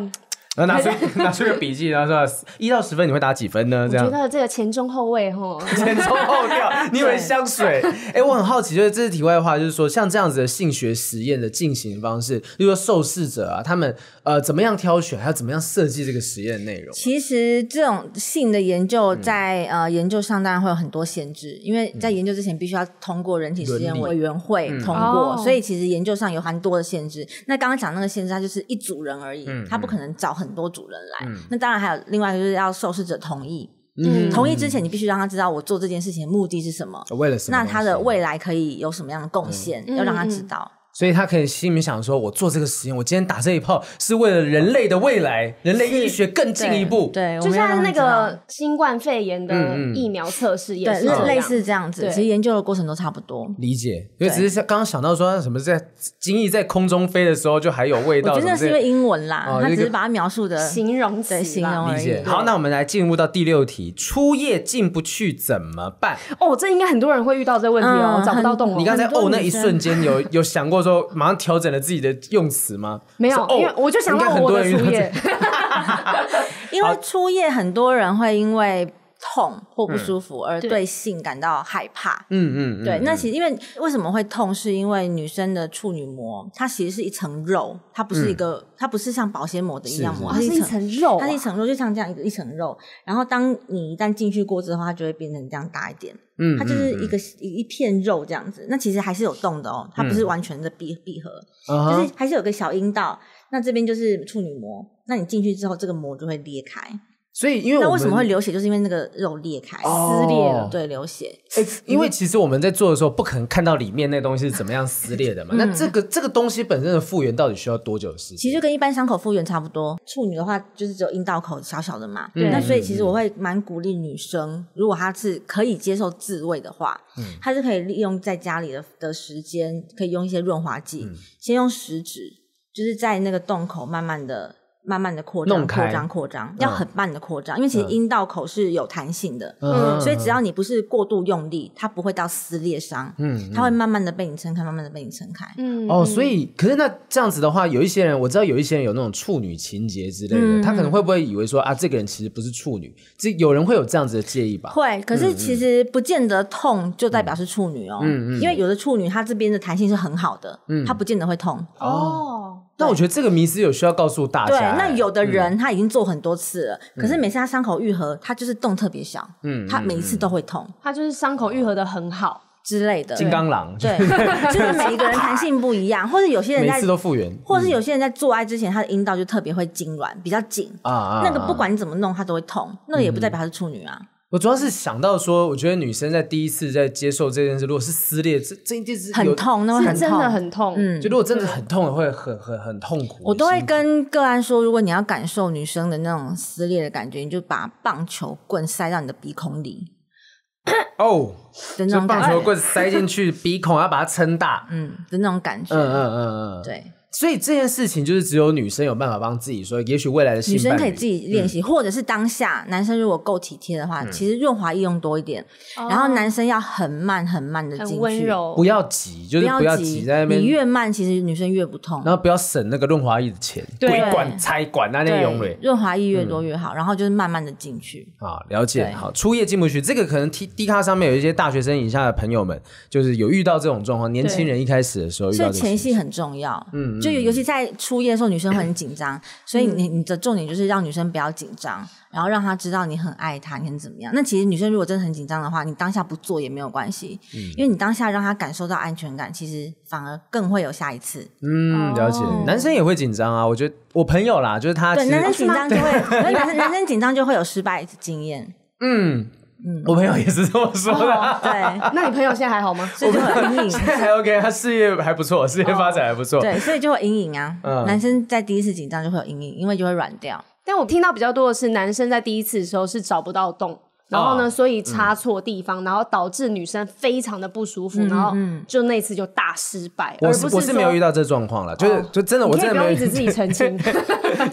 B: 然后 拿出拿出一个笔记，然后说一到十分你会打几分呢？
C: 我
B: 这样
C: 觉得这个前中后味 吼，
B: 前冲后跳，你以为香水？哎、我很好奇，就是这是题外话，就是说像这样子的性学实验的进行方式，例如说受试者啊，他们呃怎么样挑选，还有怎么样设计这个实验内容？
A: 其实这种性的研究
C: 嗯
A: 在、呃研究上当然会有很多限制，因为在研究之前必须要通过人体实验
B: 伦
A: 委
B: 理
A: 员会通过，
C: 哦
A: 所以其实研究上有很多的限制。那刚刚讲那个限制，它就是一组人而已，
C: 嗯
A: 他不可能找很多组人来。那当然还有另外一个就是要受试者同意，
C: 嗯哦
A: 同意之前你必须让他知道我做这件事情的目的是什么。
B: 嗯为了什么
A: 那
B: 东西？
A: 他的未来可以有什么样的贡献，
C: 嗯
A: 要让他知道。
B: 所以他可以心里面想说，我做这个实验，我今天打这一炮是为了人类的未来，人类医学更进一步。
A: 对，我
C: 就
A: 们要
C: 像
A: 让
C: 那
A: 他知道
C: 个新冠肺炎的
B: 嗯嗯
C: 疫苗测试也
A: 对
C: 是这样
A: 类类似这样子
C: 对，
A: 其实研究的过程都差不多。
B: 理解，因为只是像刚刚想到说什么在精液在空中飞的时候就还有味
A: 我
B: 道，
A: 觉得那是
B: 什么之
A: 因为
B: 类
A: 英文啦
B: 哦，
A: 他
B: 这
A: 只
B: 个
A: 是把它描述的
C: 形容词吧，
A: 对形容而
B: 理
A: 已
B: 解。。好，那我们来进入到第六题，初夜进不去怎么办？
C: 哦，这应该很多人会遇到这个问题哦，
A: 嗯
C: 找不到洞
A: 很
C: 哦
B: 你。刚才
A: 很多
B: 哦那
A: 女
B: 一
A: 生
B: 瞬间有有想过说马上调整了自己的用词吗？
C: 没有
B: 是，哦
C: 因为我就想
B: 应
C: 到
B: 该很
C: 我
B: 多
C: 的
B: 人遇到
C: 初
B: 这
C: 夜，
A: 因为初夜很多人会因为痛或不舒服而对性感到害怕。
B: 嗯嗯嗯，
A: 对，那其实因为为什么会痛，是因为女生的处女膜它其实是一层肉，它不是一个，它不是像保鲜膜的一样膜，
B: 是
A: 它
C: 是一
A: 一
C: 层肉
B: 哦
C: 啊
A: 它是一层肉，就像这样一个一层肉。然后当你一旦进去过之后，它就会变成这样大一点，
B: 嗯
A: 它就是一个一一片肉这样子。那其实还是有洞的哦，它不是完全的闭闭合，
B: 嗯哼
A: 就是还是有个小阴道。那这边就是处女膜，那你进去之后，这个膜就会裂开。
B: 所以因为
A: 那
B: 我
A: 为什么会
B: 们？
A: 流血？就是因为那个肉裂开，
B: 哦
A: 撕裂了，对，流血。
B: 哎因为其实我们在做的时候，不可能看到里面那东西是怎么样撕裂 的嘛。那这个这个东西本身的复原到底需要多久的时
A: 嗯
B: 间？
A: 其实就跟一般伤口复原差不多。处女的话，就是只有阴道口小小的嘛。
C: 对
A: 那所
B: 嗯
A: 以其实我会蛮鼓励女生，如果她是可以接受自慰的话，
B: 嗯
A: 她是可以利用在家里的的时间，可以用一些润滑剂，
B: 嗯
A: 先用食指，就是在那个洞口慢慢的。慢慢的扩张扩
B: 弄，开嗯
A: 张，扩张，要很慢的扩张，因为其实阴道口是有弹性的，
B: 嗯
A: 所以只要你不是过度用力，它不会到撕裂伤，嗯，它会慢慢的被你撑开，慢慢的被你撑开，
C: 嗯
B: 哦，所以可是那这样子的话，有一些人我知道有一些人有那种处女情节之类的，
A: 嗯
B: 他可能会不会以为说啊，这个人其实不是处女？这有人会有这样子的介意吧？
A: 会，可
B: 嗯
A: 是其实不见得痛就代表是处女哦，
B: 嗯
A: 因为有的处女她这边的弹性是很好的，她不见得会痛。
C: 哦，
B: 那我觉得这个迷思有需要告诉大
A: 对，
B: 家。哎
A: 那有的人她已经做很多次了，可
B: 嗯
A: 是每次她伤口愈合，她就是洞特别小，她每一次都会痛
C: 他就是伤口愈合的 很好，
A: 之类的。
B: 金刚狼，
A: 对，就是每一个人弹性不一样，或者有些人
B: 每
A: 在
B: 次，都复原嗯
A: 或者是有些人在做爱之前，他的阴道就特别会痉挛，比较紧。
B: 啊啊！
A: 那个
B: 啊
A: 不管你怎么弄，她都会痛，那个也不代表她是处女啊，
B: 我主要是想到说，我觉得女生在第一次在接受这件事，如果是撕裂，这这一定是有
A: 很，痛，那会
C: 是
A: 很
C: 真
A: 痛，
C: 的很痛。嗯，
B: 就如果真的很痛的，会很很很痛苦。
A: 我都会
B: 很辛
A: 跟个案说，如果你要感受女生的那种撕裂的感觉，你就把棒球棍塞到你的鼻孔里
B: 苦哦，
A: 的那
B: 就
A: 种
B: 棒
A: 感
B: 球
A: 觉，
B: 棍塞进去鼻孔，要把它撑大。
A: 嗯的那种感觉，
B: 嗯嗯嗯嗯，
A: 对，
B: 所以这件事情就是只有女生有办法帮自己说，也许未来的性
A: 女生
B: 伴
A: 可以
B: 侣
A: 自己练
B: 嗯
A: 习，或者是当下男生如果够体贴的话，其实润滑液用多一点，然后男生要很慢很慢的进
C: 哦很
A: 去，
C: 温柔，
B: 不要急，就是
A: 不
B: 不要
A: 急
B: 急，在那，边
A: 你越慢，其实女生越不痛。
B: 然后不要省那个润滑液的钱，
C: 对
B: 鬼管拆管啊那内容嘞
A: 润滑液越
B: 嗯
A: 多越好，然后就是慢慢的进去。
B: 啊，了解
A: 对
B: 好，初夜进不去，这个可能 T D 卡上面有一些大学生以下的朋友们，就是有遇到这种状况，年轻人一开始的时候遇
A: 所
B: 到
A: 以
B: 这个
A: 前戏很重要，嗯，就尤其在初夜的时候，女生会很紧 张，所以你你的重点就是让女生不要紧张，然后让她知道你很爱她，你很怎么样。那其实女生如果真的很紧张的话，你当下不做也没有关系，
B: 嗯
A: 因为你当下让她感受到安全感，其实反而更会有下一次。
B: 嗯，了解，
C: 哦
B: 男生也会紧张啊，我觉得我朋友啦，就是他
A: 对，
B: 其实
A: 男生紧张就 会，男生男生紧张就会有失败经验。
B: 我朋友也是这么说的。
A: 对，
C: 那你朋友现在还好 吗？
A: 所以就会有阴影
B: 现。在 还 OK，他事业还不错，事业发展还不错。
A: 哦对，所以就会有阴影啊。
B: 嗯
A: 男生在第一次紧张就会有阴影，因为就会软掉。
C: 但我听到比较多的是，男生在第一次的时候是找不到洞，然后呢，
A: 嗯
B: 哦
C: 所以插错地方，然后导致女生非常的不舒
A: 嗯
C: 服，然后就那次就大失败，
B: 我
C: 而
B: 是
C: 不
B: 我是没有遇
C: 到。
B: 到这状况了，就是就真的我
C: 你可
B: 真
C: 以
B: 的
C: 不
B: 没有
C: 用一直自己澄清，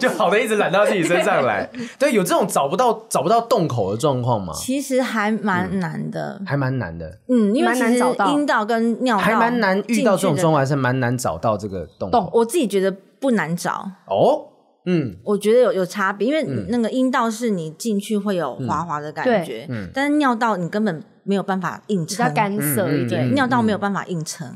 B: 就好的一直揽到自己身上来。对，有这种找不到找不到洞口的状况吗？
A: 其实还
B: 嗯
A: 蛮难的，
B: 还蛮难的，
A: 嗯，因为
C: 蛮
A: 其
C: 难
A: 实
C: 找到
A: 阴道跟尿道
B: 还蛮难遇到这
A: 进
B: 种
A: 去的
B: 状况，还是蛮难找到这个洞口。
A: 我自己觉得不难找，
B: 哦，嗯，
A: 我觉得有有差别，因为那个阴道是你进去会有滑
B: 嗯
A: 滑的感觉，但是尿道你根本没有办法硬
C: 比较
A: 撑，
C: 干涩一
A: 对，
B: 嗯
C: 点。
A: 尿道没有办法硬撑，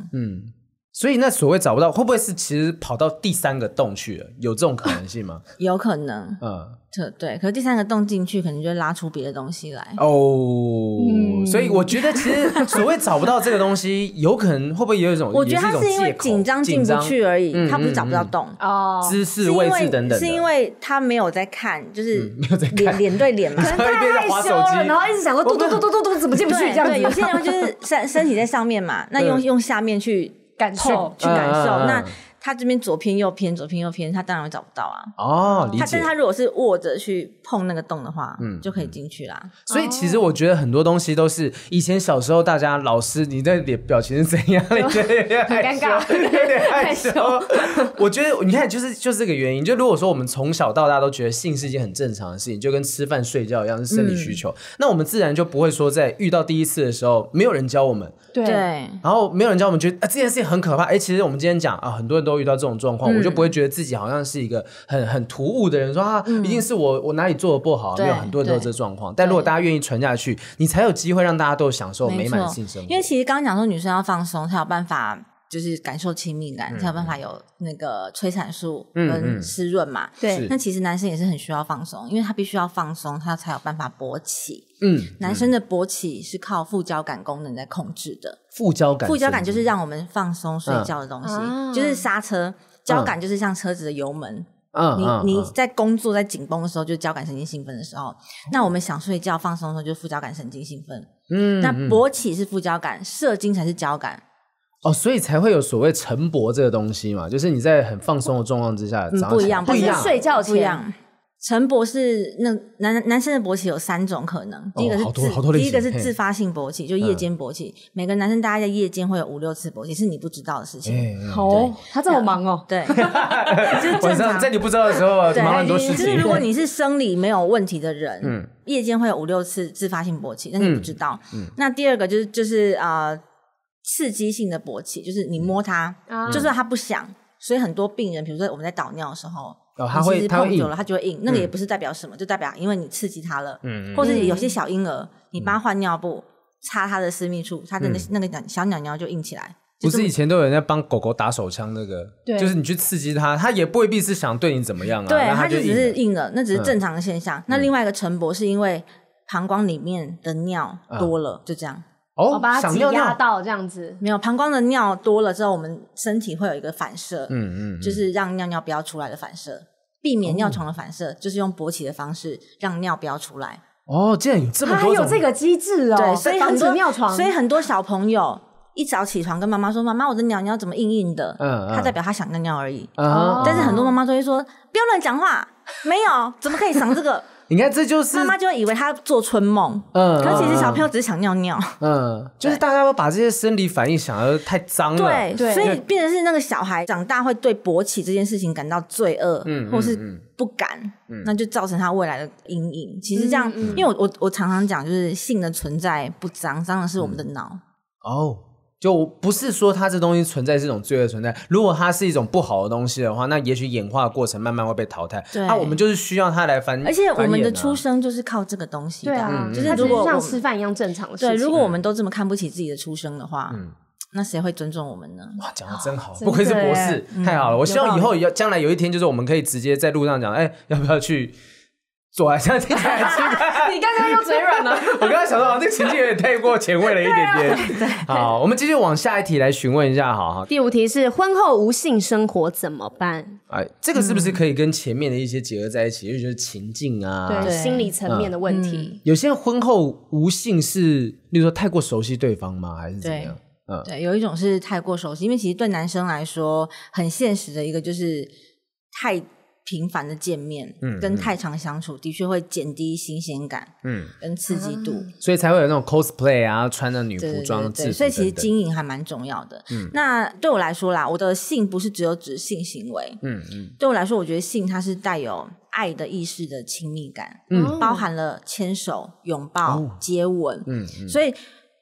B: 所以那所谓找不到，会不会是其实跑到第三个洞去了？有这种可能性 吗？
A: 有可能，
B: 嗯，
A: 对对，可是第三个洞进去，可能就会拉出别的东西来。
B: 哦，
A: 嗯
B: 所以我觉得其实所谓找不到这个东西，有可能会不会有一种，
A: 我觉得
B: 也
A: 他
B: 是一种
A: 因为
B: 借口
A: 紧张进不去而已，他不
B: 嗯
A: 是找不到洞。
C: 哦，
B: 姿
A: 是
B: 势、
A: 因
B: 位
A: 为
B: 置等等的，嗯
A: 是因为他没有在看，就是
B: 没有在看
A: 脸脸对脸嘛。
C: 可能太
B: 一 边在
C: 害
B: 滑手
C: 羞了，
B: 机
C: 然后一直想说嘟嘟嘟嘟嘟嘟，怎么进不去
A: 对
C: 这样子？
A: 对，有些人就是身身体在上面 嘛，那用用下面去
C: 感受
A: 碰去感受。
B: 嗯嗯嗯
A: 那他这边左偏右偏左偏右偏，他当然会找不到啊。
B: 哦，理
A: 他但
B: 解嗯
A: 是。他如果是握着去碰那个洞的话，就可以进去啦。
B: 所以其实我觉得很多东西都是以前小时候大家老师你的脸表情是怎样，你觉得有点害羞，
C: 尴尬
B: 有点害羞
C: 害。
B: 我觉得你看，就是就是这个原因。就如果说我们从小到大都觉得性是一件很正常的事情，就跟吃饭睡觉一样是生理需求，那我们自然就不会说在遇到第一次的时候没有人教我们，
C: 对，
A: 对，
B: 然后没有人教我们觉得啊这件事情很可怕。哎，其实我们今天讲啊，很多人都遇到这种状
A: 嗯
B: 况，我就不会觉得自己好像是一个很很突兀的人，说啊，一定是我我哪里做的不
A: 嗯
B: 好，
A: 对
B: 没有很多人都有这状况。但如果大家愿意传下去，你才有机会让大家都享受美满的性生活。
A: 因为其实刚刚讲说女生要放松才有办法，就是感受亲密感，
B: 嗯
A: 才有办法有那个催产素跟湿润嘛。
C: 对
B: 是
A: 那其实男生也是很需要放松，因为他必须要放松，他才有办法勃起。
B: 嗯，
A: 男生的勃起是靠副交感功能在控制的，
B: 副交感，嗯
A: 副交感就是让我们放松睡觉的东西，
B: 啊
C: 嗯
A: 就是刹车。交感就是像车子的油门，
B: 嗯
A: 你
B: 嗯
A: 你
B: 嗯
A: 在工作在紧绷的时候，就是交感神经兴奋的时候；那我们想睡觉放松的时候，就是副交感神经兴奋。
B: 嗯
A: 那勃起是副交感，射精才是交感。
B: 哦，所以才会有所谓晨勃这个东西嘛，就是你在很放松的状况之下，早上
A: 嗯不一
B: 起来
A: 样
B: 不一
C: 还
B: 样
C: 是。睡觉
A: 不一
C: 前
A: 样。晨勃是那男男生的勃起有三种可能，第一个是
B: 哦好多
A: 自、
B: 好多类
A: 第一个
B: 型
A: 是
B: 嘿嗯
A: 自发性勃起，就夜间勃起。每个男生大概在夜间会有五六次勃起，是你不知道的事情。
B: 哎哎
C: 好哦，他这么忙哦，
A: 对，就是正
B: 晚上
A: 常。啊
B: 在你不知道的时候啊，
A: 对
B: 忙了很多事
A: 就是
B: 情。嗯
A: 如果你是生理没有问题的人，夜间会有五六次自发性勃起，但你不知道。那第二个就是就是呃刺激性的勃起，就是你摸它，
C: 啊
B: 嗯
A: 就算它不响，所以很多病人，比如说我们在导尿的时候。
B: 哦
A: 你
B: 它会
A: 其实
B: 它会
A: 碰久
B: 硬嗯
A: 了，它就会硬。那个也不是代表什么，就代表因为你刺激它了，或者有些小婴儿，你
B: 嗯
A: 帮他换尿布，擦他的私密处，他的那那个小鸟鸟就硬起来。就这
B: 不是
A: 么
B: 以前都有人在帮狗狗打手枪那个，
C: 对
B: 就是你去刺激它，它也未必是想对你怎么样啊，
A: 对，
B: 那它
A: 它就只是
B: 硬了嗯
A: 硬了，那只是正常的现象。那另外一个晨勃是因为膀胱里面的尿
B: 嗯
A: 多了，就这样。
C: 我
B: 哦，
C: 把他
B: 想
C: 挤
B: 尿
C: 压
B: 尿，
C: 到这样子，
A: 没有膀胱的尿多了之后，我们身体会有一个反射，嗯嗯，就是让尿尿不要出来的反射，避免
B: 哦
A: 尿床的反射，就是用勃起的方式让尿不要出来。
B: 哦，竟然有这么
C: 他
B: 多
C: 有
B: 种，
C: 这个机制哦，
A: 对，所以
C: 防
A: 很
C: 止
A: 多
C: 尿床，
A: 所以很多小朋友一早起床跟妈妈说：“妈妈，我的尿尿怎么硬硬的？”
B: 嗯嗯
A: 他代表他想尿尿而已。
B: 啊
A: 但是很多妈妈都会说：“不要乱讲话，没有，怎么可以想这个？”
B: 你看 这就是
A: 妈妈就会以为他做春梦，
B: 嗯
A: 可其实小朋友只是想尿尿。
B: 嗯，就是大家都把这些生理反应想的太脏了，
A: 对，
C: 对
A: 所以变成是那个小孩长大会对勃起这件事情感到罪恶，
B: 嗯
A: 或是
B: 嗯嗯
A: 不敢，那就造成他未来的阴影。其实这样，
C: 嗯嗯
A: 因为我我我常常讲，就是性的存在不脏，脏的是我们的脑。
B: 哦，就不是说它这东西存在是一种罪恶存在，如果它是一种不好的东西的话，那也许演化的过程慢慢会被淘汰。
A: 对
B: 啊，我们就是需要它来繁，
A: 而且我们的
B: 繁衍啊
A: 出生就是靠这个东西的，
C: 对啊，
A: 就
C: 就是
B: 嗯
C: 是
A: 如果
C: 像
A: 我
C: 吃
A: 们
C: 饭一样正常的事
A: 对，
C: 情。
A: 如果我们都这么看不起自己的出生的话，
B: 嗯
A: 那谁会尊重我们呢？
B: 哇，讲的真
A: 哦
B: 好，
C: 的
B: 不愧是博士，太好了！我
A: 嗯
B: 希
A: 有道
B: 望以
A: 理
B: 后要将来有一天，就是我们可以直接在路上讲，哎，要不要去做爱？这样听起来很奇 怪。
C: 你刚刚又嘴软了，
B: 我刚刚想到，这个情境有点太过前卫了一点
A: 啊
B: 点。好，我们继续往下一题来询问一下，好哈。
C: 第五题是婚后无性生活怎么办？
B: 哎，这个是不
A: 嗯
B: 是可以跟前面的一些结合在一起？因为就是情境啊，
C: 对，
A: 对
C: 心理层面的问题。
B: 有些人婚后无性是，例如说太过熟悉对方吗？还是怎么样？嗯，
A: 对，有一种是太过熟悉，因为其实对男生来说很现实的一个就是太频繁的见面，跟太常相处，的确会减低新鲜感，
B: 嗯
A: 嗯，跟刺激度。
B: 所以才会有那种 cosplay 啊，穿着女
A: 对
B: 仆
A: 对
B: 装
A: 对
B: 的制
A: 对，
B: 服
A: 所以其实
B: 等嗯等
A: 经营还蛮重要的。那对我来说啦，我的性不是只有指性行为，
B: 嗯嗯
A: 对我来说，我觉得性它是带有爱的意识的亲密感，
C: 嗯
A: 包含了牵手、拥抱、
B: 哦
A: 接吻，
B: 嗯嗯，
A: 所以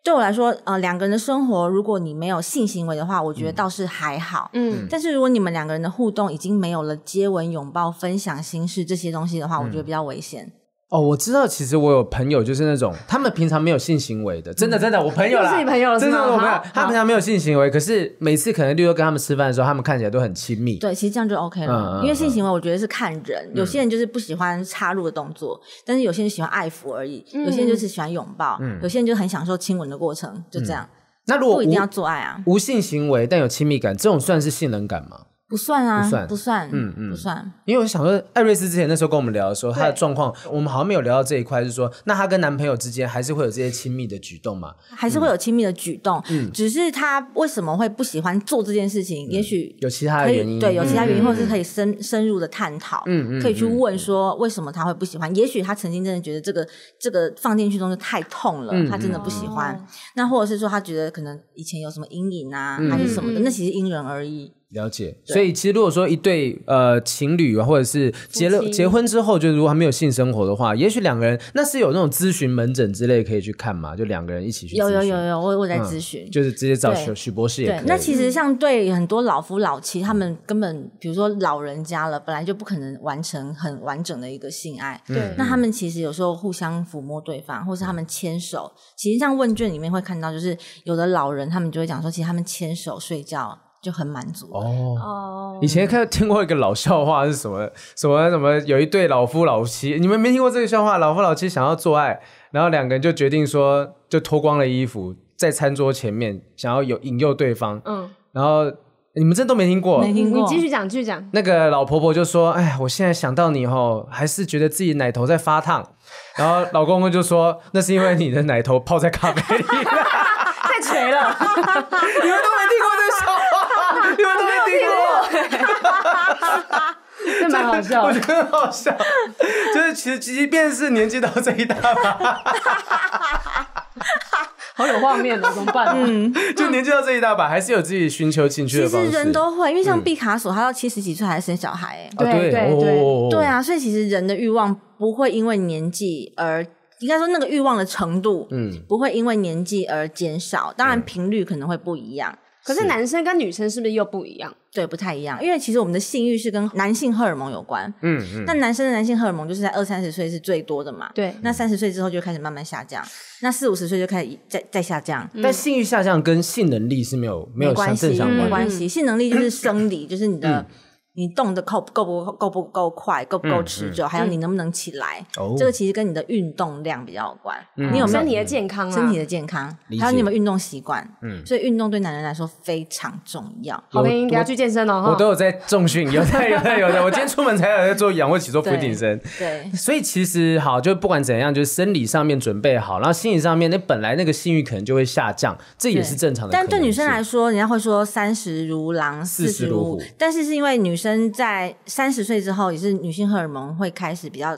A: 对我来说，呃，两个人的生活，如果你没有性行为的话，我
B: 嗯
A: 觉得倒是还好。
C: 嗯，
A: 但是如果你们两个人的互动已经没有了接吻、拥抱、分享心事这些东西的话，我
B: 嗯
A: 觉得比较危险。
B: 哦，我知道，其实我有朋友就是那种，他们平常没有性行为的，
A: 嗯
B: 真的真的，我朋友啦，
C: 又是你朋友是
B: 真
C: 吗
B: 的我朋友
C: 好，
B: 他平常没有性行为，可是每次可能例如跟他们吃饭的时候，他们看起来都很亲密，
A: 对，其实这样就 OK 了，
B: 嗯嗯
A: 因为性行为我觉得是看人，有些人就是不喜欢插入的动作，但是有些人喜欢爱抚而已，有些人就是喜欢拥抱，
B: 嗯
A: 有些人就很享受亲吻的过程，就这样，
B: 那如果
A: 不一定要
B: 无
A: 做爱啊，
B: 无性行为但有亲密感，这种算是性冷感吗？
A: 不算啊，
B: 不算
A: 不算，嗯嗯，不算。
B: 因为我想说，艾瑞斯之前那时候跟我们聊的时候，她的状况，我们好像没有聊到这一块，是说，那她跟男朋友之间还是会有这些亲密的举动嘛？
A: 还是会有亲密的举动，
B: 嗯
A: 只是他为什么会不喜欢做这件事情，也许
B: 有嗯其他
A: 可
B: 的
A: 以
B: 原因，嗯
A: 对，有其他原因，或者是可以深深入的探讨，
B: 嗯嗯
A: 可以去问说为什么他会不喜欢。也许他曾经真的觉得这个这个放进去的东西太痛了，
B: 嗯
A: 他真的不喜欢。那或者是说他觉得可能以前有什么阴影啊，还
B: 嗯
A: 是什么的，那其实因人而异。
B: 了解。所以其实如果说一对呃情侣啊，或者是结了
C: 夫妻
B: 结婚之后，就如果还没有性生活的话，也许两个人那是有那种咨询门诊之类可以去看嘛，就两个人一起去
A: 有
B: 咨
A: 有
B: 询
A: 有，有，我我
B: 嗯
A: 在咨询。
B: 就是直接找
A: 对
B: 许许博士也
A: 对
B: 可以。，
A: 那其实像对很多老夫老妻，他们根本比如说老人家了，本来就不可能完成很完整的一个性爱，
B: 嗯
C: 对
A: 那他们其实有时候互相抚摸对方，或是他们牵手。其实像问卷里面会看到，就是有的老人他们就会讲说，其实他们牵手睡觉就很满足。
B: 哦。
C: 哦，
B: 以前看听过一个老笑话是什么？什么什么？有一对老夫老妻，你们没听过这个笑话？老夫老妻想要做爱，然后两个人就决定说，就脱光了衣服，在餐桌前面想要有引诱对方，
C: 嗯，
B: 然后你们这都没听过，
A: 没听
C: 你
A: 过，
C: 继续讲，继续讲。
B: 那个老婆婆就说：“哎，我现在想到你吼，还是觉得自己奶头在发烫。”然后老公公就说：“那是因为你的奶头泡在咖 啡里了。”
C: 太锤了，
B: 你们都没听过这个笑话，你们都没听过，
C: 这蛮好笑
B: 我
C: 的。
B: 觉得很好笑。就是其实即便是年纪到这一大把，
C: 好有画面了，怎么办？嗯，
B: 就年纪到这一大把，还是有自己寻求情趣
A: 其
B: 的方
A: 实
B: 式。
A: 人都会，因为
B: 嗯
A: 像毕卡索，他到七十几岁还生小孩、欸，
B: 啊对
C: 对对对
B: 哦
A: 对，啊，所以其实人的欲望不会因为年纪而，应该说那个欲望的程度，
B: 嗯
A: 嗯，不会因为年纪而减少。当然频率可能会不一样，
C: 可是男生跟女生是不是又不一样？
A: 对，不太一样。因为其实我们的性欲是跟男性荷尔蒙有关，
B: 嗯嗯，
A: 那男生的男性荷尔蒙就是在二三十岁是最多的嘛，
C: 对
A: 那三十岁之后就开始慢慢下降，那四五十岁就开始再再下降。
B: 但性欲下降跟性能力是没有没有
A: 没关
B: 相
A: 系
B: 正，相
A: 没
B: 关的。嗯
A: 关
C: 嗯
A: 系。性能力就是生 理，就是你的你动的够不够不够不够快，够不够持久，还有你能不能起来
B: 嗯哦。
A: 这个其实跟你的运动量比较有关，你有没有
C: 身体的健康啊？
A: 身体的健康，
B: 解
A: 还有你有没有运动习惯。嗯，所以运动对男人来说非常重要。
C: 好，我跟你等一下去健身哦。哈
B: 我都有在重训，有在有在有在，我今天出门才有在做仰卧起坐、俯
A: 对
B: 卧撑。
A: 对。
B: 所以其实好，就不管怎样，就是生理上面准备好，然后心理上面，那本来那个性欲可能就会下降，这也是正常的。
A: 但对女生来，说，人家会说三十如狼，
B: 40
A: 十
B: 如
A: 虎
B: 虎。
A: 但是是因为女生在三十岁之后，也是女性荷尔蒙会开始比较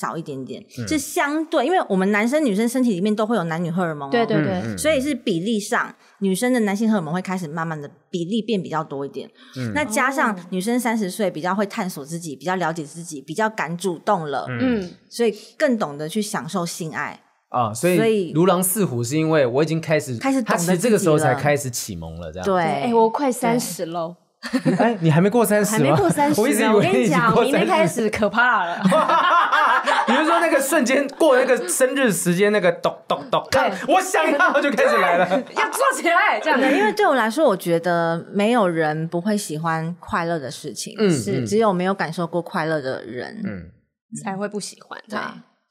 A: 少一点点，是相对，因为我们男生女生身体里面都会有男女荷尔蒙、哦，
C: 对对对，
A: 所以是比例上，女生的男性荷尔蒙会开始慢慢的比例变比较多一点。那加
C: 哦
A: 上女生三十岁比较会探索自己，比较了解自己，比较敢主动了，
C: 嗯，
A: 所以更懂得去享受性爱。
B: 啊，所
A: 所
B: 以
A: 以
B: 如狼似虎是因为我已经开始
A: 开始懂
B: 他
A: 得
B: 其实这个时候
A: 自己
B: 才
A: 了
B: 开始启蒙了，这样。
A: 对，
C: 哎、我快三十喽，
B: 哎，你还没过三十吗？
C: 还没过三十
B: 我一直以
C: 呢，我
B: 为
C: 跟你
B: 已经
C: 讲，
B: 过
C: 明天 开
B: 30。
C: 始可怕了。
B: 比如说那个瞬间过那个生日时间那个咚咚咚，看我想要就开始来了。
C: 要做起来，这样
A: 对，因为对我来说，我觉得没有人不会喜欢快乐的事情，
B: 嗯
A: 是只有没有感受过快乐的人。
C: 才会不喜欢，对，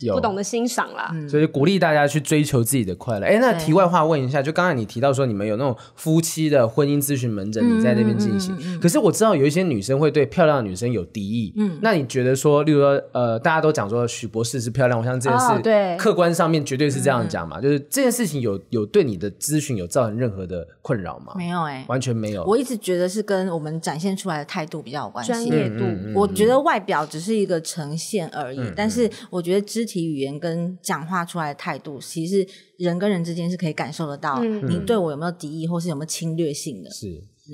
B: 有
C: 不懂得欣赏啦。
B: 所以鼓励大家去追求自己的快乐。哎，那
A: 对
B: 题外话问一下，就刚才你提到说你们有那种夫妻的婚姻咨询门诊，你在那边进行。可是我知道有一些女生会对漂亮的女生有敌意。嗯，那你觉得说，例如说，呃，大家都讲说许博士是漂亮，我相信这件事、
C: 哦对
B: 客观上面绝对是这样讲嘛。就是这件事情有有对你的咨询有造成任何的困扰吗？
A: 没有哎、
B: 完全没有。
A: 我一直觉得是跟我们展现出来的态度比较有关
C: 专
A: 系。
C: 业
B: 嗯
C: 度，
A: 我觉得外表只是一个呈现而
B: 嗯
A: 已，但是我觉得肢体语言跟讲话出来的态度，其实人跟人之间是可以感受得到，
C: 嗯
A: 你对我有没有敌意，或是有没有侵略性的。
B: 是，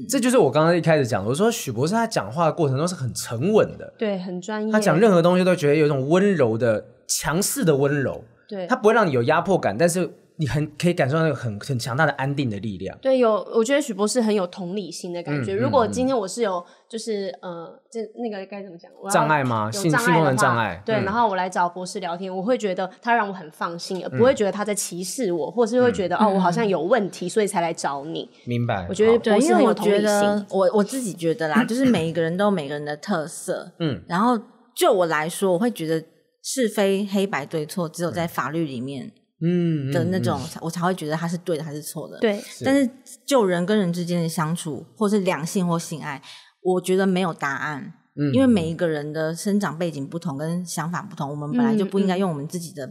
B: 这就是我刚刚一开始讲的，我说许博士他讲话的过程中是很沉稳的，
C: 对，很专业。
B: 他讲任何东西都觉得有一种温柔的、强势的温柔，
C: 对
B: 他，不会让你有压迫感，但是你很可以感受到那个很很强大的安定的力量。
C: 对，有，我觉得许博士很有同理心的感觉。如果今天我是有，就是呃，这那个该怎么讲？我要
B: 障碍吗
C: 有
B: 性
C: 障
B: 性
C: 碍
B: 功
C: 的
B: 能
C: 话
B: 障碍
C: 对，
B: 嗯
C: 然后我来找博士聊天，我会觉得他让我很放心，而不
B: 嗯
C: 会觉得他在歧视我，或是会觉得哦，我好像有问题，所以才来找你。
B: 明白？
C: 我觉得
B: 好
A: 对，
C: 博士
A: 因为
C: 很有
A: 我
C: 同
A: 觉
C: 理
A: 得
C: 心。
A: 我我自己觉得啦，就是每一个人都有每个人的特色，
B: 嗯
A: 嗯，然后就我来说，我会觉得是非黑白对错，只有在法律里面
B: 嗯
A: 的那种，我才会觉得他是对的还是错的。，
C: 对，
A: 但是就人跟人之间的相处，或是两性或性爱，我觉得没有答案。
B: 嗯
C: 嗯
A: 因为每一个人的生长背景不同，跟想法不同，我们本
C: 嗯
A: 来就不应该用我们自己的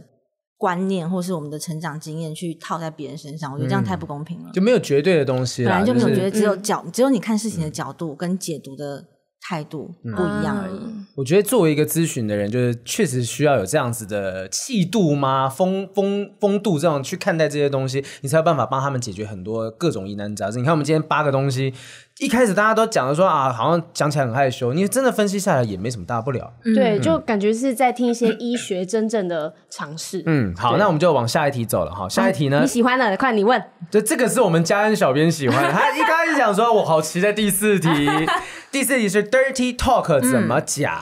A: 观念或是我们的成长经验去套在别人身上，我觉得这样
C: 嗯
A: 太不公平了。
B: 就没有绝对的东西
A: 本
B: 啦，
A: 来就没有
B: 是
A: 觉得只有角，只有你看事情的角度跟解读的态度不一样而已。
B: 我觉得作为一个咨询的人，就是确实需要有这样子的气度吗？风风风度这样去看待这些东西，你才有办法帮他们解决很多各种疑难杂症。你看我们今天八个东西，一开始大家都讲的说啊，好像讲起来很害羞，你真的分析下来也没什么大不了。
C: 对，就感觉是在听一些医学真正的尝试。
B: 嗯，好，那我们就往下一题走了哈。下一题呢
C: 你，喜欢的，快你问。
B: 就这个是我们嘉恩小编喜欢 的，他一开始讲说，我好期待第四题。第四题是 dirty talk
C: 嗯
B: 怎么讲？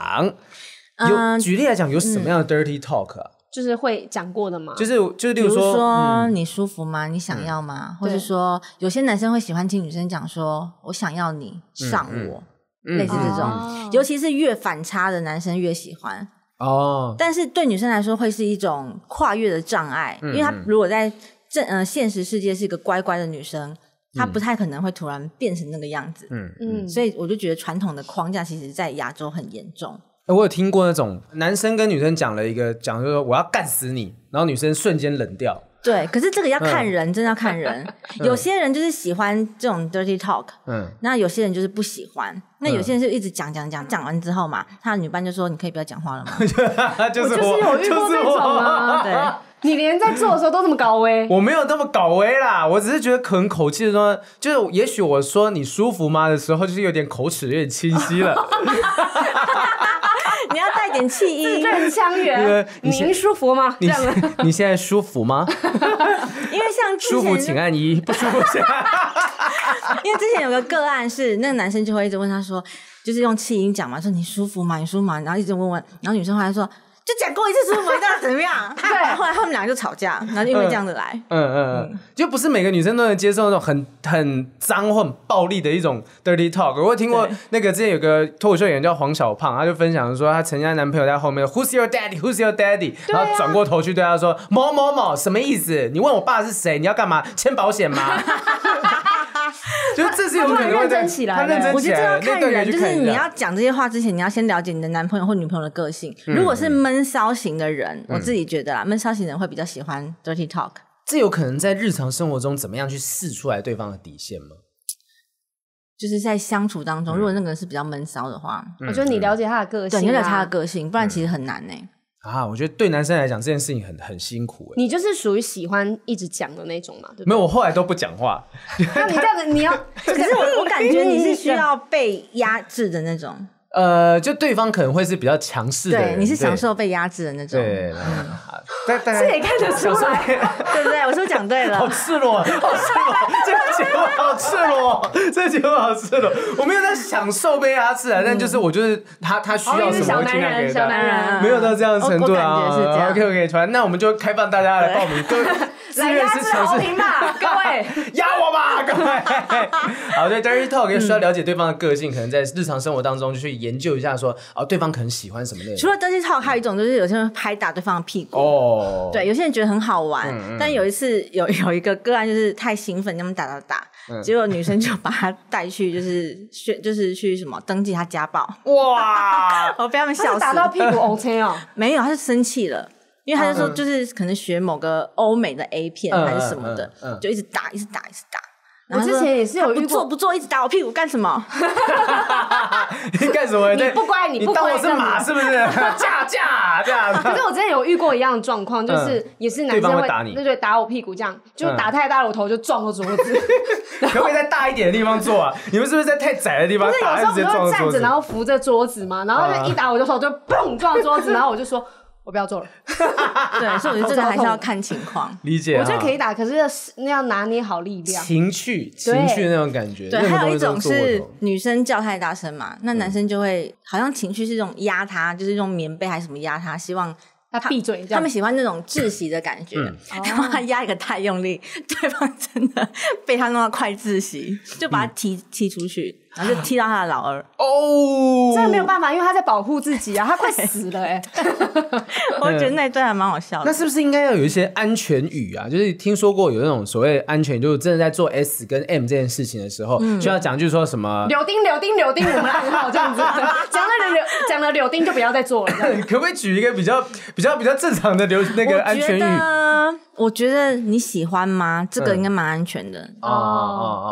B: 有
A: 嗯
B: 举例来讲，有什么样的
C: 嗯
B: dirty talk 啊？
C: 就是会讲过的嘛，
B: 就是就是，
A: 比
B: 例如
A: 如
B: 说，
A: 说你舒服吗？你想要吗？或者
C: 对
A: 说有些男生会喜欢听女生讲说“我想要你上我”，
B: 嗯
A: 类似这
C: 哦
A: 种，尤其是越反差的男生越喜欢。
B: 哦，
A: 但是对女生来说会是一种跨越的障碍，因为她如果在正呃现实世界是一个乖乖的女生，她不太可能会突然变成那个样子。
C: 嗯，
A: 所以我就觉得传统的框架其实在亚洲很严重。
B: 哎我有听过那种男生跟女生讲了一个，讲就是说我要干死你，然后女生瞬间冷掉。
A: 对，可是这个要
B: 嗯
A: 看人，真的要看人。 有些人就是喜欢这种 dirty talk，
B: 嗯，
A: 那有些人就是不喜欢。那有些人就一直讲讲讲，讲完之后嘛，他的女伴就说：“你可以不要讲话了 吗
B: 就
C: 我
B: 是
C: 就是
B: 我，
C: 有遇过
B: 就是
C: 这
B: 我
C: 种啊，
A: 对
C: 你连在做的时候都这么高危，
B: 我没有那么搞威啦，我只是觉得可能口气说，就是也许我说你舒服吗的时候，就是有点口齿有点清晰 了。？”
A: 你要带点气音，因
C: 任腔圆，
B: 你先
C: 您舒服吗？
B: 你
C: 这样啊的
B: 你现在舒服 吗？
A: 为像之
B: 舒服啊请
A: 前，
B: 按一，不舒服请按。
A: 因为之前有个个案是那个男生就会一直问他说，就是用气音讲嘛，说你舒服吗？你舒服吗？然后一直问问，然后女生后来说。就讲过一次舒服，你知道怎么样？ 对，后来他们两个就吵架，然后就因为这样子来。
B: 嗯嗯，嗯，就不是每个女生都能接受那种很很脏或很暴力的一种 dirty talk。我有听过那个之前有个脱口秀演员叫黄小胖，他就分享说他曾经她男朋友在后面 Who's your daddy? Who's your daddy? 然后转过头去对他说某某某什么意思？你问我爸是谁？你要干嘛？签保险吗？ 就这是有可能会
C: 他突然认
B: 在
C: 真起来
B: 他认
C: 了
B: 真
A: 我
B: 起
A: 觉得这要
B: 来了，那
A: 看
B: 段可以
A: 人，
B: 去
A: 就是
B: 看一
A: 你
B: 下
A: 要讲这些话之前，你要先了解你的男朋友或女朋友的个性。
B: 嗯
A: 如果是闷骚型的人，我自己觉得啦，闷骚型的人会比较喜欢 dirty talk。
B: 这有可能在日常生活中怎么样去试出来对方的底线吗？
A: 就是在相处当
B: 嗯
A: 中，如果那个人是比较闷骚的话，
C: 我觉得你了解他的个性啊，
B: 嗯
A: 对，你了解他的个性，不然其实很难呢、欸
B: 啊，我觉得对男生来讲这件事情很很辛苦哎、
C: 你就是属于喜欢一直讲的那种嘛，对不对？
B: 没有，我后来都不讲话，
C: 那你这样子，你要
A: 可是我我感觉你 是需要被压制的那种，
B: 呃，就对方可能会是比较强势的
A: 对，
B: 人，
A: 你是享受被压制的那种，
B: 对，嗯对 但但
C: 嗯这也看得出来。
A: 对不对？我是不是讲对
B: 好
A: 了？
B: 赤裸，好赤裸，这个节目好赤 裸，这个节目好赤裸。我没有在享受被压制啊，但就是我就是他他需要
C: 嗯哦你
B: 什
C: 是
B: 么，
C: 小
B: 我
C: 男
B: 尽量
C: 人，
B: 给嗯
C: 小
B: 他。
C: 男人，哦
B: 没有到这样的程
A: 我
B: 度
A: 我
B: 啊
A: 感觉是这样
B: OK OK，反正那我们就开放大家来 报名，各位志
C: 来
B: 愿
C: 压
B: 是
C: 制
B: 城
C: 侯
B: 市
C: 平吧，各位。
B: 压我 吧，各位。好，对，dirty talk 也需要了解对方的个性，可能在日常生活当中就去研究一下说，哦，对方可能喜欢什么类
A: 除
B: 型。
A: 了 dirty talk，还有一种就是有些人拍打对方的屁股。
B: 哦，
A: 对，有些人觉得很好玩，
B: 嗯
A: 但有一次有 有一个个案就是太兴奋，他们打打打，
B: 嗯
A: 结果女生就把他带去就是去 就是去什么登记他家暴，
B: 哇，
A: 我被他们
C: 他
A: 笑
C: 是
A: 死。
C: 打到屁股 OK 哦，
A: 没有，他是生气了。因为他就说，就是可能学某个欧美的 A 片
B: 嗯
A: 还是什么的
B: 嗯嗯嗯，
A: 就一直打，一直打，一直打。
C: 我
A: 然后他
C: 之
A: 说
C: 前也是有
A: 不
C: 遇
A: 做
C: 过，
A: 不做，一直打我屁股干什么？
B: 你干什么？
C: 你不乖
B: 你
C: 你不
B: 当
C: 乖
B: 我是马是不 是？架架这样
C: 可
B: 子。
C: 是我之前有遇过一样的状况，就是也是男
B: 对方
C: 生
B: 会打你
C: 对对，打我屁股这样，就
B: 嗯
C: 打太大了，我头就撞到桌子。
B: 可不可以在大一点的地方坐啊？你们是不是在太窄的地方
C: 不是
B: 打，
C: 有时
B: 还
C: 候
B: 是
C: 我
B: 直接
C: 们都
B: 撞到桌
C: 会站着，
B: 子
C: 然？后扶着桌子嘛，然后就一打我的手就砰撞桌子，然后我就说我不要做了，
A: 对，所以我觉得这个还是要看情况。
B: 理解，啊
C: 我觉得可以。打，可是要是那要拿捏好力量。
B: 情趣，情趣那种感觉。
A: 对，
B: 任何
A: 还有一
B: 东
A: 种
B: 西都
A: 是
B: 做过头嗯
A: 女生叫太大声嘛，那男生就会好像情绪是一种压他，就是用棉被还是什么压他，希望
C: 他闭嘴这
A: 他
C: 样哦
A: 们。喜欢那种窒息的感觉
B: 嗯，
A: 然后他压一个太用力，对方真的被他弄到快窒息，就
B: 嗯
A: 把他踢踢出去，然后就踢到他的老二。
B: 哦，
C: 这个没有办法，因为他在保护自己啊，他快死了哎、
A: 我觉得
B: 嗯
A: 那一段还蛮好笑的。
B: 那是不是应该要有一些安全语啊？就是听说过有那种所谓安全语，就是真的在做 S 跟 M 这件事情的时候，
A: 嗯
B: 就要讲句说什么？
C: 柳丁柳丁柳丁，我们的暗号这 样子，讲了柳讲了柳丁就不要再做了这样。
B: 可不可以举一个比较比较比较正常的流那个安
A: 我
B: 全
A: 觉哦
B: 语？
A: 得，我觉得你喜欢吗？这个
B: 嗯
A: 应该蛮安全的。
B: 哦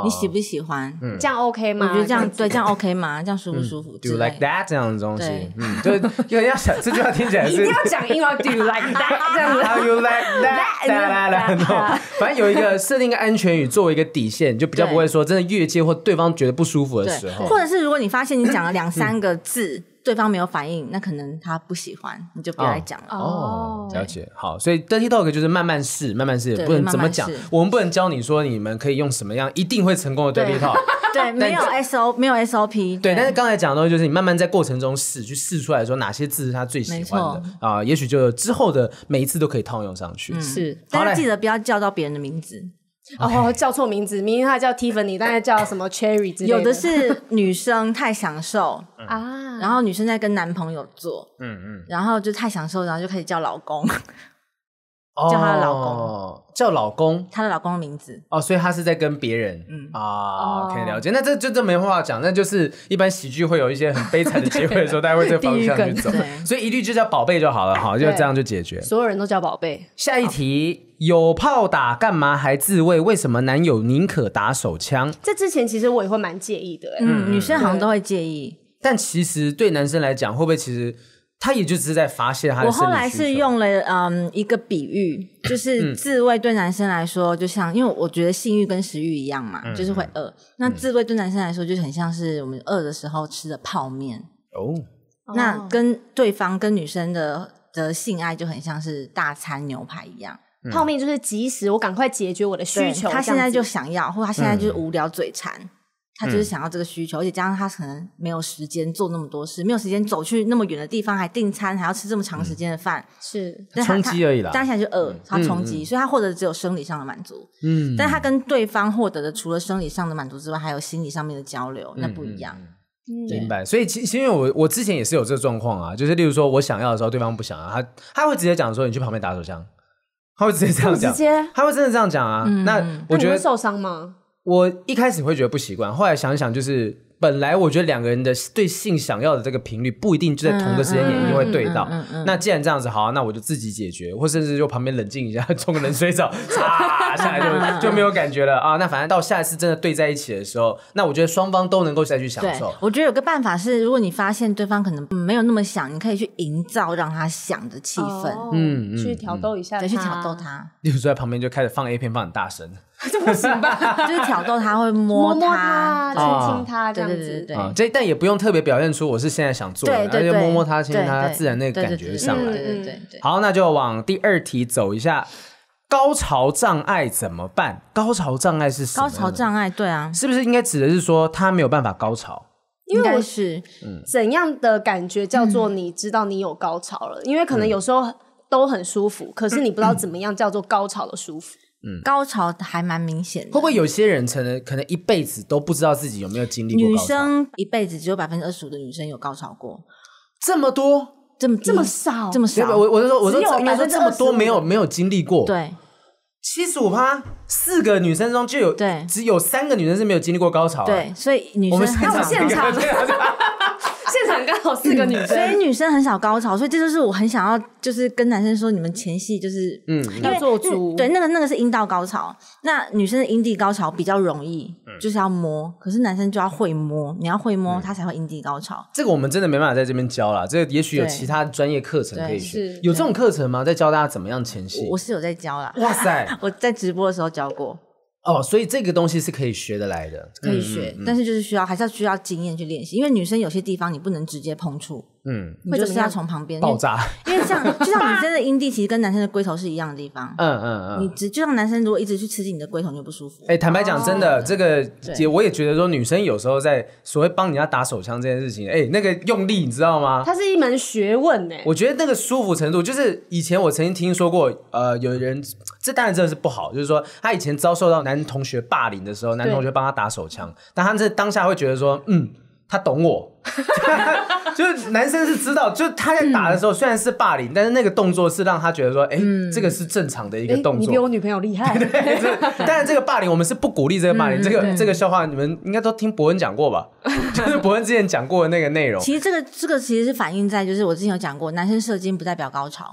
A: 你喜不喜欢？
C: 这样 OK 吗？
A: 嗯我觉得这样对，这样 OK 吗？这样舒不舒服
B: 嗯 Do
A: 之
B: you
A: 类
B: like
A: 的？
B: that 这样的东西
A: 对，
B: 嗯，就是有人要想这句话听起来
C: 一
B: 是
C: 定要讲英文，Do you like that？这样子。
B: How you like that？啦 啦啦那
A: 啊
B: 种反正有一个设定一个安全语作为一个底线，就比较不会说真的越界或对方觉得不舒服的时
A: 对，
B: 候。
A: 或者是如果你发现你讲了两三个字， 对方没有反应，那可能他不喜欢，你就不要再讲了。
B: 哦，了解。好，所以 dirty talk 就是慢慢试，慢慢试，
A: 对
B: 不能怎
A: 慢
B: 么
A: 慢试
B: 讲，我们不能教你说你们可以用什么样一定会成功的 dirty
A: 对啊
B: talk。
A: 对，没有 S O，没有 S O P。
B: 对，但是刚才讲的东西就是你慢慢在过程中试，去试出来说哪些字是他最喜欢的
A: 没嗯
B: 啊、也许就之后的每一次都可以套用上去。
C: 是
A: 大
B: 好嘞
A: 家记得不要叫到别人的名字，
C: 哦，叫错名字，明明他叫 Tiffany，但是叫什么 Cherry 之类
A: 有的
C: 的
A: 是女生太享 受，
C: 啊，
A: 然后女生在跟男朋友做，
B: 嗯嗯，
A: 然后就太享受，然后就开始叫老公，
B: 叫
A: 叫她的老公
B: 公，哦叫老公。
A: 她的老公的名字。
B: 哦，所以他是在跟别人，嗯
A: 哦
B: 啊，可以了解。那这这这没话讲，那就是一般喜剧会有一些很悲惨 的结尾的时候，大家会这个方向去走
A: 地狱梗，对
B: 所以一律就叫宝贝就好了，好，就
C: 对
B: 这样就解决。
C: 所有人都叫宝贝，
B: 下一题，有炮打干嘛还自卫？为什么男友宁可打手枪？
C: 这之前其实我也会蛮介意的、欸，
A: 嗯，女生好像都会介意。
B: 但其实对男生来讲，会不会其实他也就只是在发泄他的
A: 我
B: 生理
A: 后来
B: 需求嗯
A: 是用了嗯一个比喻，就是自慰对男生来说，就像因为我觉得性欲跟食欲一样
B: 嗯
A: 嘛，就是会饿。那自慰对男生来说，就很像是我们饿的时候吃的泡面。
B: 哦，
A: 那跟对方跟女生的的性爱就很像是大餐牛排一样，
C: 泡面就是及时，我赶快解决我的
A: 嗯
C: 需
A: 对
C: 求。
A: 他现在
C: 这
A: 就
C: 样子
A: 想要，或他现在
B: 嗯
A: 就是无聊嘴馋，他就是想要这个需求，而且加上他可能没有时间做那么多事，没有时间走去那么远的地方，还订餐，还要吃这么长时间的饭，
C: 是
A: 但他
B: 嗯冲击而已啦嗯
A: 他当下就饿，他冲击，所以他获得的只有生理上的满足。嗯，但他跟对方获得的除了生理上的满足之外，还有心理上面的交流，那不一
B: 嗯
A: 样。嗯
B: 明白。所以其实因为我我之前也是有这个状况啊，就是例如说我想要的时候，对方不想要，他他会直接讲说你去旁边打手枪，他会直接这样讲
C: 直，接
B: 他会真的这样
A: 嗯
B: 讲啊。那
C: 那
B: 我
C: 你
B: 觉
C: 会
B: 得
C: 受伤吗？
B: 我一开始会觉得不习惯，后来想一想就是。本来我觉得两个人的对性想要的这个频率不一定就在同个时间点一定会对
A: 嗯
B: 到。那既然这样子，好啊、那我就自己解决，或甚至就旁边冷静一下，冲个冷水澡，擦下来就就没有感
A: 嗯
B: 觉了啊。那反正到下一次真的对在一起的时候，那我觉得双方都能够再去享
A: 对
B: 受，。
A: 我觉得有个办法是，如果你发现对方可能没有那么想，你可以去营造让他想的气氛，
B: 嗯嗯
C: 嗯，去挑逗一下，
A: 对，去挑逗， 他，
B: 例如说在旁边就开始放 A 片，放很大声
A: 就是挑逗他会摸
C: 摸摸他，
B: 啊
C: 亲亲他，这
A: 对
C: 样
A: 对
C: 子，
A: 对对
B: 啊
A: 对，。
B: 这但也不用特别表现出我是现在想做的，
A: 对
B: 而
A: 对
B: 且
A: 对，
B: 摸摸他，亲亲
A: 对
B: 他，
A: 对
B: 自然那个
A: 对
B: 感
A: 对
B: 觉
A: 对
B: 就上来
A: 对
B: 了。
A: 对对对对。
B: 好，那就往第二题走一下。高潮障碍怎么办？高潮障碍是什么
A: 高
B: 呢？
A: 潮障碍，对啊，
B: 是不是应该指的是说他没有办法高潮？
A: 应
C: 为我
A: 该是
C: 怎样的感觉叫做
B: 嗯
C: 你知道你有高潮了？因为可能有时候都很舒服，可是你不知道怎么样叫做高潮的舒
B: 嗯
C: 服。
A: 高潮还蛮明显
B: 会不
A: 的。
B: 会有些人可能可能一辈子都不知道自己有没有经历过
A: 女
B: 高潮？
A: 生一辈子只有百分之二十五的女生有高潮过，
B: 这么多？
A: 这么低
C: 这么少
A: 这么
B: 对
A: 少，
B: 吧？我我是说，我说
C: 只有
B: 这应该说这么多
C: 25%
B: 没有没有经历过。，
A: 对
B: 七十五趴，四个女生中就有
A: 对
B: 只有三个女生是没有经历过高潮、啊。，
A: 对，所以女
B: 我
A: 生
B: 们
A: 很少高
C: 现场
A: 潮，
C: 现场刚好四个女
A: 所
B: 嗯
A: 以女生很少高潮，所以这就是我很想要，就是跟男生说，你们前戏就是嗯，因为
C: 要做足
A: 嗯对，那个那个是阴道高潮，那女生的阴蒂高潮比较容易，
B: 嗯
A: 就是要摸，可是男生就要会摸，你要会摸，他才会阴蒂高潮。
B: 这个我们真的没办法在这边教啦，这个也许有
A: 对
B: 其他专业课程可
A: 对
B: 以学
C: 是。
B: 有这种课程吗？在教大家怎么样前戏
A: 我？是有在教啦，
B: 哇塞！
A: 我在直播的时候教过，
B: 哦，所以这个东西是可以学得来的。嗯
A: 可以学，但是就是需要还是要需要经验去练习，因为女生有些地方你不能直接碰触，
B: 嗯，
A: 你
C: 会
A: 就是
C: 怎么样
A: 要从旁边
B: 爆，炸。
A: 因为因为 像就像女生的阴蒂其实跟男生的龟头是一样的地方，
B: 嗯嗯
A: 你
B: 嗯。
A: 只就像男生如果一直去吃进你的龟头，你就不舒服。
B: 哎、坦白讲，真
A: 哦
B: 的，这个也我也觉得说，女生有时候在所谓帮人家打手枪这件事情，哎、那个用力，你知道吗？
C: 它是一门学问欸呢、
B: 我觉得那个舒服程度，就是以前我曾经听说过，呃，有人这当然真的是不好，就是说他以前遭受到男同学霸凌的时候，男同学帮他打手枪，但他这当下会觉得说，嗯，他懂我， 就是男生是知道，就是他在打的时候虽然是霸凌，但是那个动作是让他觉得说，哎、
A: 嗯
B: 这个是正常的
A: 哎
B: 一个
C: 诶
B: 动
C: 你
B: 作
C: 比。我女朋友 厉害，
B: 当然，这个霸凌我们是不鼓励这个霸凌，这
A: 嗯
B: 个这个笑话你们应该都听伯恩讲过吧？ 就是伯恩之前讲过的那个内容。
A: 其实这个这个其实是反映在就是我之前有讲过，男生射精不代表高潮，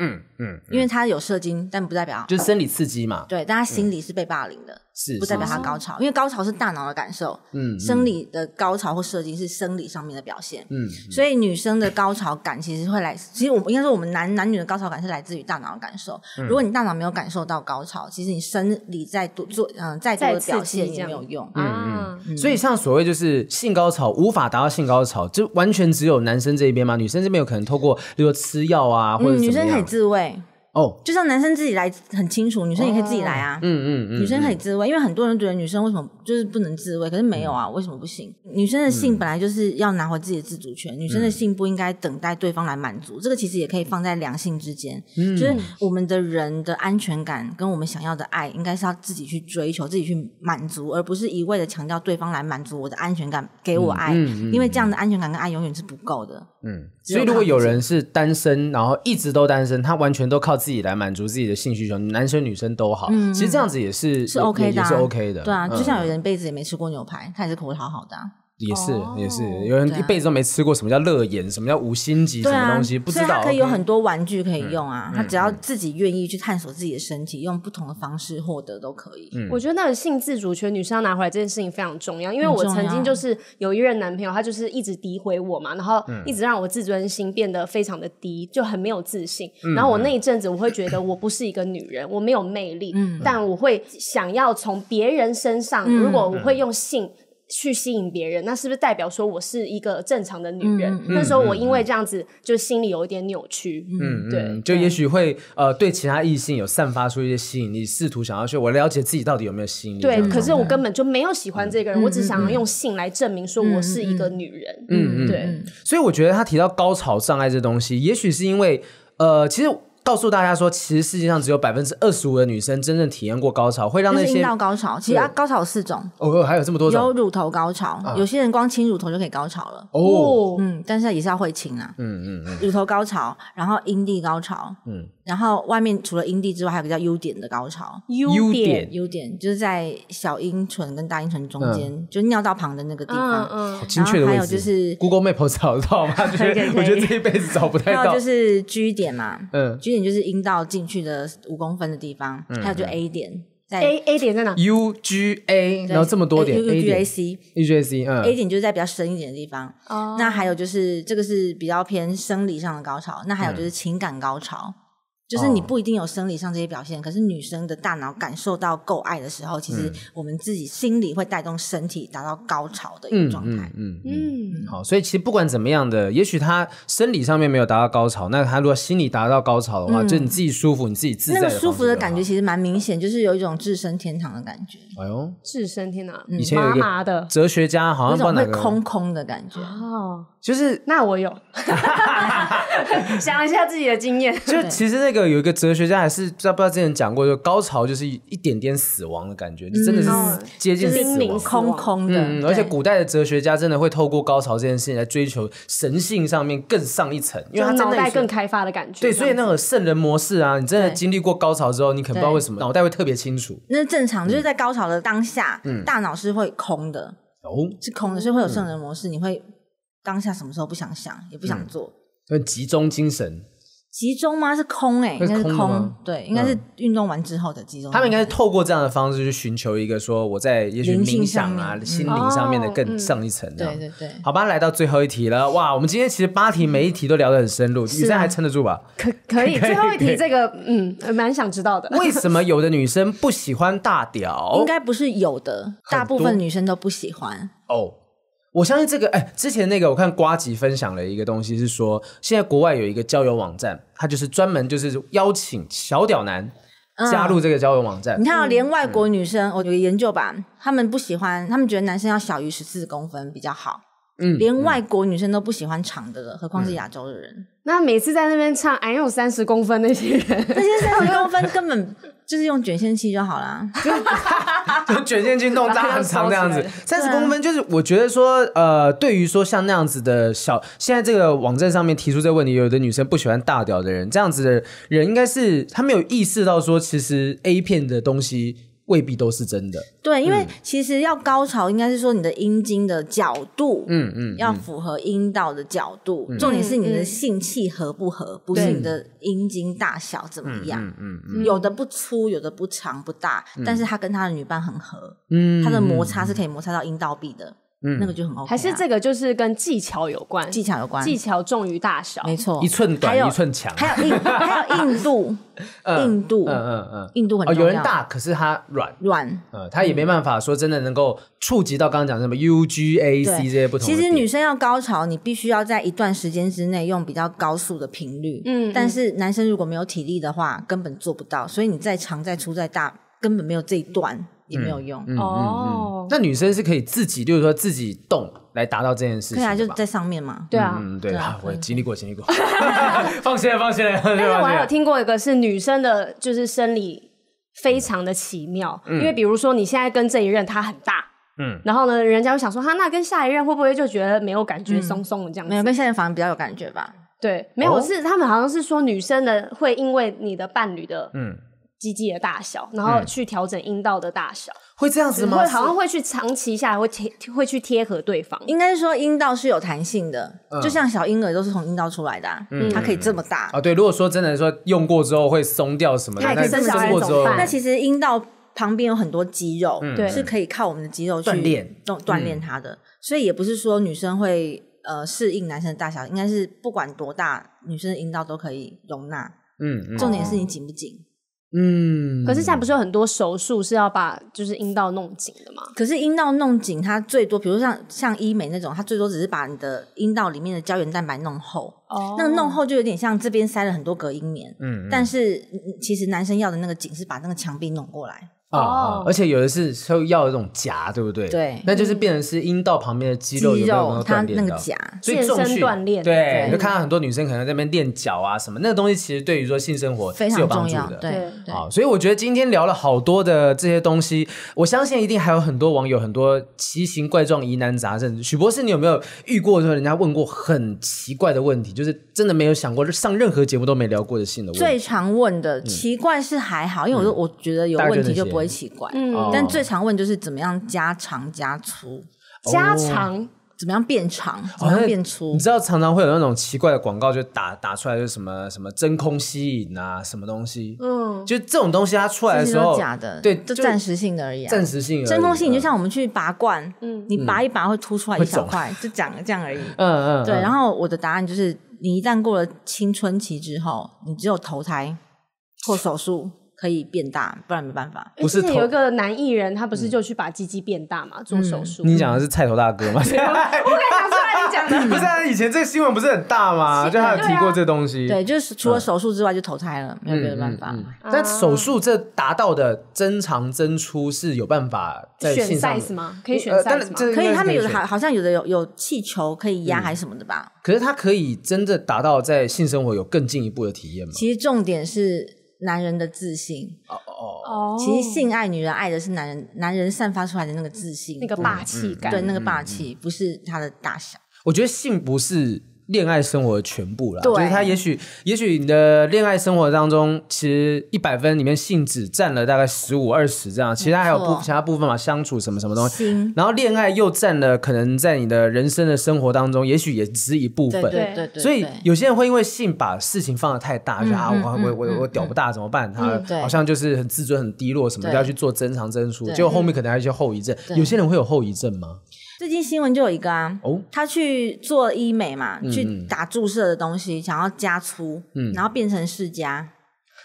B: 嗯嗯，
A: 因为他有射精，但不代表
B: 就是嗯生理刺激嘛，
A: 对，但他心里是被霸凌的，
B: 是
A: 不代表
B: 是
A: 他
B: 是
A: 高潮，因为高潮是大脑的感受，
B: 嗯
A: 生理的高潮或射精是生理上面的表现，
B: 嗯，
A: 所以女生的高潮感其实会来，其实我们应该说我们男男女的高潮感是来自于大脑的感受。
B: 嗯
A: 如果你大脑没有感受到高潮，其实你生理再多做嗯、再多的
C: 再刺激
A: 表现
C: 这
A: 也
C: 样
A: 没有用。
B: 嗯
C: 啊，
A: 嗯
B: 所以，像所谓就是性高潮无法达到性高潮，就完全只有男生这一边吗？女生这边有可能透过，比如说吃药啊，或者
A: 嗯，女
B: 怎
A: 生
B: 么
A: 可以
B: 样？
A: 自慰，
B: 哦，
A: 就像男生自己来很清楚，女生也可以自己来
C: 哦
A: 啊。
B: 嗯嗯嗯，
A: 女生可以自慰，因为很多人觉得女生为什么就是不能自慰，可是没有啊，为什么不行？女生的
B: 嗯
A: 性本来就是要拿回自己的自主权，女生的性不应该等待对方来满足，这个其实也可以放在两性之间，
B: 嗯
A: 就是我们的人的安全感跟我们想要的爱，应该是要自己去追求、自己去满足，而不是一味的强调对方来满足我的安全感，给我爱，因为这样的安全感跟爱永远是不够的。
B: 嗯。
A: 只
B: 所以，
A: 有
B: 如果
A: 靠自
B: 有
A: 己
B: 人是单身，然后一直都单身，他完全都靠自己来满足自己的性需求，男生女生都好。其实这样子也是
A: 嗯是
B: 也
A: OK 的、
B: 也
A: 啊，
B: 是 OK 的。
A: 对啊，
B: 嗯
A: 就像有人一辈子也没吃过牛排，他也是口味好好的啊、
B: 也是
C: 哦
B: 也是，有人
A: 对啊
B: 一辈子都没吃过什么叫乐眼，什么叫无心级，什
A: 对
B: 么
A: 啊，
B: 东
A: 所
B: 西
A: 以
B: 不知
A: 他
B: 道。
A: 可以有
B: OK 嗯
A: 很多玩具可以用啊，他只要自己愿意去探索自己的身体，用不同的方式获得都可以。
B: 嗯
C: 我觉得那个性自主权，女生要拿回来这件事情非常重要，因为
A: 很
C: 我
A: 重
C: 曾经
A: 要
C: 就是有一任男朋友，他就是一直诋毁我嘛，然后一直让我自尊心变得非常的低，就很没有自信。然后我那一阵子，我会觉得我不是一个女人，我没有魅力，
A: 嗯
C: 但我会想要从别人身上，如果
A: 嗯
C: 我会用性。去吸引别人，那是不是代表说我是一个正常的女
A: 嗯
C: 人？那时候我因为这样子，就心里有一点扭曲。嗯，对，
B: 嗯，就也许会呃对其他异性有散发出一些吸引力，试图想要去我了解自己到底有没有吸引力。这
C: 对，
B: 样嗯
C: 可是我根本就没有喜欢这个人，我只想要用性来证明说我是一个女人。嗯，对，
B: 所以我觉得他提到高潮障碍这东西，也许是因为呃，其实告诉大家说，其实世界上只有百分之二十五的女生真正体验过高潮，会让
A: 就
B: 那
A: 是阴
B: 些
A: 道高潮，其实它高潮有四种，
B: 哦，还有这么
A: 有
B: 多种
A: 乳头高潮，有些人光亲乳头就可以高潮了。
B: 啊哦，
A: 嗯，但是也是要会亲啊。
B: 嗯嗯嗯，
A: 乳头高潮，然后阴蒂高潮，
B: 嗯
A: 嗯，然后外面除了阴蒂之外，还有个叫 U 点的高潮。
B: 优
C: 优
B: 点
C: 点，
A: U 点就是在小阴唇跟大阴唇中间，就尿道旁的那个地
C: 嗯
A: 方。
C: 嗯，
B: 嗯精确的位
A: 啊然
B: 置
A: 后还有就是
B: Google Map 找得到吗？就是
A: 以 可以
B: 我觉得这一辈子找不太
A: 还
B: 到，
A: 有就是 G 点嘛、
B: 嗯
A: g 点就是阴道进去的五公分的地方，还有就 A 点在
C: A A 点在哪？
B: U G A，然后这么多点
A: U
B: A
A: G
B: 点
A: A C
B: U G A C，嗯
A: A 点就是在比较深一点的地方。
C: 哦
A: 那还有就是这个是比较偏生理上的高潮，那还有就是情感高潮，就是你不一定有生理上这些表现，可是女生的大脑感受到够爱的时候，其实我们自己心里会带动身体达到高潮的一个
B: 嗯
A: 状态
B: 嗯。嗯嗯。
C: 嗯，
B: 好，所以其实不管怎么样的，也许他生理上面没有达到高潮，那他如果心理达到高潮的话，就你自己舒服，你自己自
A: 嗯
B: 在
A: 那
B: 的
A: 个
B: 方式
A: 舒服的
B: 就
A: 感觉其实蛮明显，就是有一种置身天堂的感觉，
B: 好。哎呦，
C: 置身天哪，
B: 嗯以前有
C: 麻
B: 一
C: 麻
B: 个
C: 的
B: 哲学家，好
A: 有一
B: 像
A: 种
B: 不知
A: 会
B: 道哪个，
A: 空空的感觉。
C: 哦。
B: 就是
C: 那 我有，想一下自己的经验，
B: 就其实那个有一个哲学家还是不知道不知道之前讲过，就高潮就是一点点死亡的感觉，就真的是
A: 哦
C: 嗯
B: 接近
C: 就是
B: 死
C: 濒
B: 亡
C: 临。
A: 空空的，
B: 嗯，而且
A: 对
B: 古代的哲学家真的会透过高潮这件事情来追求神性上面更上一层，因为
C: 就
B: 他真
C: 脑
B: 的
C: 袋更开发的感觉。
B: 对，所以
C: 呢，
B: 那个圣人模式啊，你真的
A: 对
B: 经历过高潮之后，你可能不知道为什么脑袋会特别清楚
A: 那是正常，
B: 嗯
A: 就是在高潮的当下，大脑是会空的，
B: 哦，
A: 是空的，所以会有圣人模
B: 嗯
A: 式，你会当下什么时候不想想，也不想做。
B: 很集中精神。
A: 集中吗？是空哎、应该是
B: 空的
A: 空
B: 吗，嗯
A: 对，应该是运动完之后的集中。
B: 他们应该是透过这样的方式去寻求一个说我在也许
A: 灵性
B: 冥想啊、
A: 上面
B: 心灵上面的
C: 哦
B: 更
C: 嗯
B: 上一层这样。
A: 对对对，
B: 好吧，来到最后一题了，哇，我们今天其实八题每一题都聊得很深
A: 啊
B: 入，雨珊还撑得 住吧？
C: 可可 以，
B: 可以
C: 最后一
B: 可以
C: 题这个，嗯，呃蛮想知道的。
B: 为什么有的女生不喜欢大屌？
A: 应该不是有的，大部分女生都不喜欢。
B: 哦。我相信这个，哎，之前那个我看瓜吉分享了一个东西，是说现在国外有一个交友网站，它就是专门就是邀请小屌男
A: 嗯
B: 加入这个交友网站
A: 你。看啊，连外
B: 嗯
A: 国女生，我有个研究吧，她们不喜欢，她们觉得男生要小于十四公分比较好。
B: 嗯
A: 连外国女生都不喜欢长的了，何况是亚洲的人？
C: 那每次在那边唱“哎呦三十公分”那些人，
A: 那些三十公分根本就是用卷线器就好啦。
B: 就卷线运动大很长这样 子
C: 把它，
B: 三十公分就是我觉得说，呃，对于说像那样子的小，现在这个网站上面提出这个问题，有的女生不喜欢大屌的人，这样子的人应该是他没有意识到说，其实 A 片的东西未必都是真的。
A: 对，因为其实要高潮，应该是说你的阴茎的角度，嗯嗯，要符合阴道的角度。重点是你的性器合不合，不是你的阴茎大小怎么样。嗯嗯，有的不粗，有的不长不大，但是他跟他的女伴很合，
B: 嗯，
A: 他的摩擦是可以摩擦到阴道壁的，那个就很 OK 啊。
C: 还是这个就是跟技巧有关，
A: 技巧有关，
C: 技巧重于大小。
A: 没错
B: 一。寸短
A: 还有
B: 一寸强，
A: 还有印，还有印 度，印度，
B: 嗯嗯嗯，
A: 印度很
B: 哦，有
A: 重
B: 人
A: 要。
B: 大，可是他软，
A: 软，
B: 呃，他也没办法说真的能够触及到刚刚讲什么 U G A C
A: 对
B: 这些不同的
A: 其
B: 点。
A: 实女生要高潮，你必须要在一段时间之内用比较高速的频率。
C: 嗯
A: 嗯，但是男生如果没有体力的话，根本做不到。所以你再长、再粗、再大，根本没有这一段也没有
B: 嗯
A: 用。
C: 哦，
B: 那女生是可以自己，就是说自己动来达到这件事情
A: 可以
B: 的吧。
A: 啊，就在上面嘛。
C: 对啊。
B: 嗯，对
A: 对
B: 啊
A: 啊，
B: 我也经历过，经历过， 放 心了，啊放心啊了。但
C: 但是我还有听过一个是女生的，就是生理非常的奇妙，因为比如说你现在跟这一任他很大，嗯，然后呢，人家会想说哈，那跟下一任会不会就觉得没有感觉，松松的这样子？
A: 没有跟现在反而比较有感觉吧？
C: 对，没有、
B: 哦
C: 是他们好像是说女生的会因为你的伴侣的嗯鸡鸡的大小，然后去调整阴道的大小，
B: 会这样子吗？
C: 会好像会去长期下来会贴会去贴合对方。
A: 应该是说阴道是有弹性的，
B: 嗯
A: 就像小婴儿都是从阴道出来的、啊，它可以这么大。
B: 啊，对，如果说真的说用过之后会松掉什么的，
C: 那
B: 那
C: 生小
B: 松
C: 孩
B: 过
C: 怎
B: 之
C: 么
B: 后，
C: 办
A: 那其实阴道旁边有很多肌肉，
C: 对
A: 是可以靠我们的肌肉去
B: 嗯锻炼嗯
A: 动、锻炼它的。所以也不是说女生会呃适应男生的大小，应该是不管多大，女生的阴道都可以容纳。
B: 嗯嗯
A: 重点是你紧不紧。
B: 嗯，
C: 可是现在不是有很多手术是要把就是阴道弄紧的吗？
A: 可是阴道弄紧，它最多，比如像像医美那种，它最多只是把你的阴道里面的胶原蛋白弄厚。
C: 哦
A: 那个弄厚就有点像这边塞了很多隔音棉，嗯，但是嗯其实男生要的那个紧是把那个墙壁弄过来，
B: 啊
C: 哦，
B: 而且有的是会要有一种夹，对不对？
A: 对
B: 那就是变成是阴道旁边的肌肉有
A: 肌
B: 没有
A: 肉
B: 能够
A: 它
B: 锻炼
A: 那
B: 到
A: 个夹
B: 所以重
C: 健身
B: 训
C: 锻炼
B: 对
C: 对，
B: 你就看到很多女生可能在那边练脚啊什么，那个东西其实对于说性生活
A: 非
B: 是有
A: 常
B: 帮
A: 重
B: 助
A: 要，
B: 的。
A: 对
C: 对
A: 对
B: 啊好，所以我觉得今天聊了好多的这些东西，我相信一定还有很多网友很多奇形怪状、疑难杂症。许博士，你有没有遇过说人家问过很奇怪的问题，就是真的没有想过上任何节目都没聊过的性的问题？
A: 最常问的奇怪是还好，因为我就我觉得有
B: 嗯大概就
A: 问题
B: 那
A: 就
B: 些
A: 不会奇怪，
C: 嗯
B: 哦
A: 嗯但最常问就是怎么样加长加粗，
C: 加长
A: 怎么样变长，怎
B: 好
A: 么
B: 像
A: 样变粗，
B: 哦你知道常常会有那种奇怪的广告，就打打出来就是什么什么真空吸引啊，什么东西，嗯，就这种东西它出来的
A: 这些
B: 时
A: 都
B: 候，
A: 是假的，
B: 对，
A: 就
B: 就
A: 暂时性的而已、啊。
B: 暂时性而已，
A: 真空性，
B: 嗯
A: 就像我们去拔罐，嗯，你拔一拔会凸出来一小
B: 会肿
A: 块，就讲这样而已。
B: 嗯嗯，
A: 对，然
B: 后
A: 后我的答案就是，你一旦过了青春期之后，你只有投胎或手术可以变大，不然嗯没办法。
B: 不是
C: 之哎前
B: 头
C: 有一个男艺人，他不是就去把鸡鸡变大嘛，做手术。
A: 嗯
B: 你讲的是菜头大哥吗？
C: 讲出来你讲 的，
B: 不是啊，以前这个新闻不是很大吗？就他有提过这东西，嗯
A: 对，啊就是除了手术之外就投胎了，没有别的办法。
B: 但手术这达到的增长增粗是有办法在
C: 选
B: 性上
C: size 吗？可以选
B: 呃当
C: size
B: 然
C: 吗？
B: 这应
A: 可
B: 该是
A: 以，他们有的
B: 选嗯
A: 好，好像有的有有气球可以压还是什么的吧。
B: 可是它可以真的达到在性生活有更进一步的体验吗？
A: 其实重点是男人的自信，
C: 哦
A: 其实性爱女人爱的是男人，男人散发出来的那个自信，
C: 那个霸气
B: 嗯
C: 感，
A: 对那个霸气，不是他的大小。
B: 我觉得性不是恋爱生活的全部啦，
A: 对
B: 就是它也许也许你的恋爱生活当中，其实一百分里面性只占了大概十五二十这样，其他还有部
A: 没错
B: 其他部分嘛，相处什么什么东西。
A: 心，
B: 然后恋爱又占了可能在你的人生的生活当中，也许也只一部
A: 对
B: 分。
A: 对对对，
B: 所以
A: 对
B: 有些人会因为性把事情放得太大，就啊我我我我屌不大怎么办？他
A: 嗯对
B: 好像就是很自尊很低落，什么
A: 对
B: 都要去做增长增粗，
A: 对
B: 结果后面可能还有一些后遗症。有些人会有后遗症吗？
A: 最近新闻就有一个啊，
B: 哦嗯
A: 他去做医美嘛，去打注射的东西，想要加粗，然后变成世家。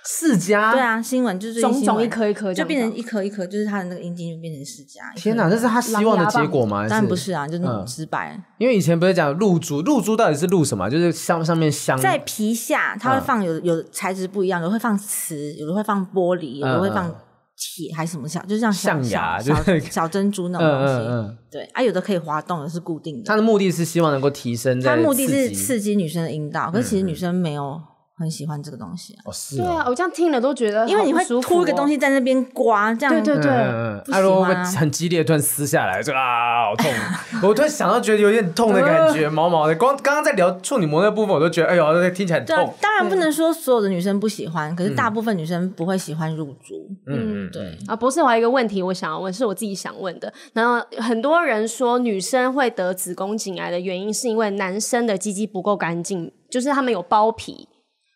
B: 世家
A: 对啊，新闻就是最近
C: 种
A: 新
C: 种
A: 闻
C: 一颗一颗这
A: 就
C: 样
A: 变成
C: 子
A: 一颗一颗，就是他的那个阴茎就变成世家。
B: 天哪，
A: 一颗
B: 这是他希望的结果吗？
A: 一颗
B: 还
A: 当然不，是啊，就
B: 嗯
A: 那种直白。
B: 因为以前不是讲露珠，露珠到底是露什么？就是上上面镶
A: 在皮下，它会放有
B: 嗯
A: 有材质不一样，有的会放瓷，有的会放玻璃，有的会放
B: 嗯
A: 铁，还是什么小，就是像小
B: 象牙
A: 小
B: 就是
A: 小 小珍珠那种
B: 嗯
A: 东西。
B: 嗯嗯，
A: 对啊，有的可以滑动，有的是固定的。
B: 他的目的是希望能够提升在
A: 它
B: 激，
A: 目的是刺激女生的阴道，可是其实女生没有很喜欢这个东西啊，
B: 哦是
C: 对
B: 哦，
C: 啊，我这样听了都觉得好不舒服哦，
A: 因为你会凸一个东西在那边刮，这样
C: 对对对
B: 嗯嗯嗯，
A: 不
B: 他如
A: 喜
B: 果
A: 欢啊
B: 很激烈，突然撕下来，就啊，好 痛！我突然想到，觉得有点痛的感觉，毛毛的。光刚刚在聊处女膜那部分，我都觉得，哎呦，听起来很
A: 对啊
B: 痛。
A: 当然不能说所有的女生不喜欢，可是大部分女生不会喜欢入珠，
B: 嗯嗯，
A: 对，
C: 啊，博士，我还有一个问题，我想要问，是我自己想问的。然后很多人说，女生会得子宫颈癌的原因，是因为男生的鸡鸡不够干净，就是他们有包皮，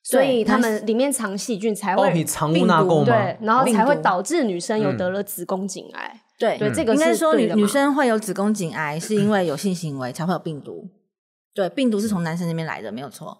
C: 所
A: 对
C: 以他
A: 男
C: 们里面藏细菌才
B: 包
C: 会
B: 皮藏污纳垢吗？嗯
C: 对，然后才会
A: 病毒
C: 导致女生有得了子宫颈癌。
A: 对
C: 对，这个
A: 应该
C: 是
A: 说
C: 对
A: 女
C: 的
A: 女
C: 吗
A: 生会有子宫颈癌，是因为有性行为才会有病毒，对，病毒是从男生那边来的，没有错，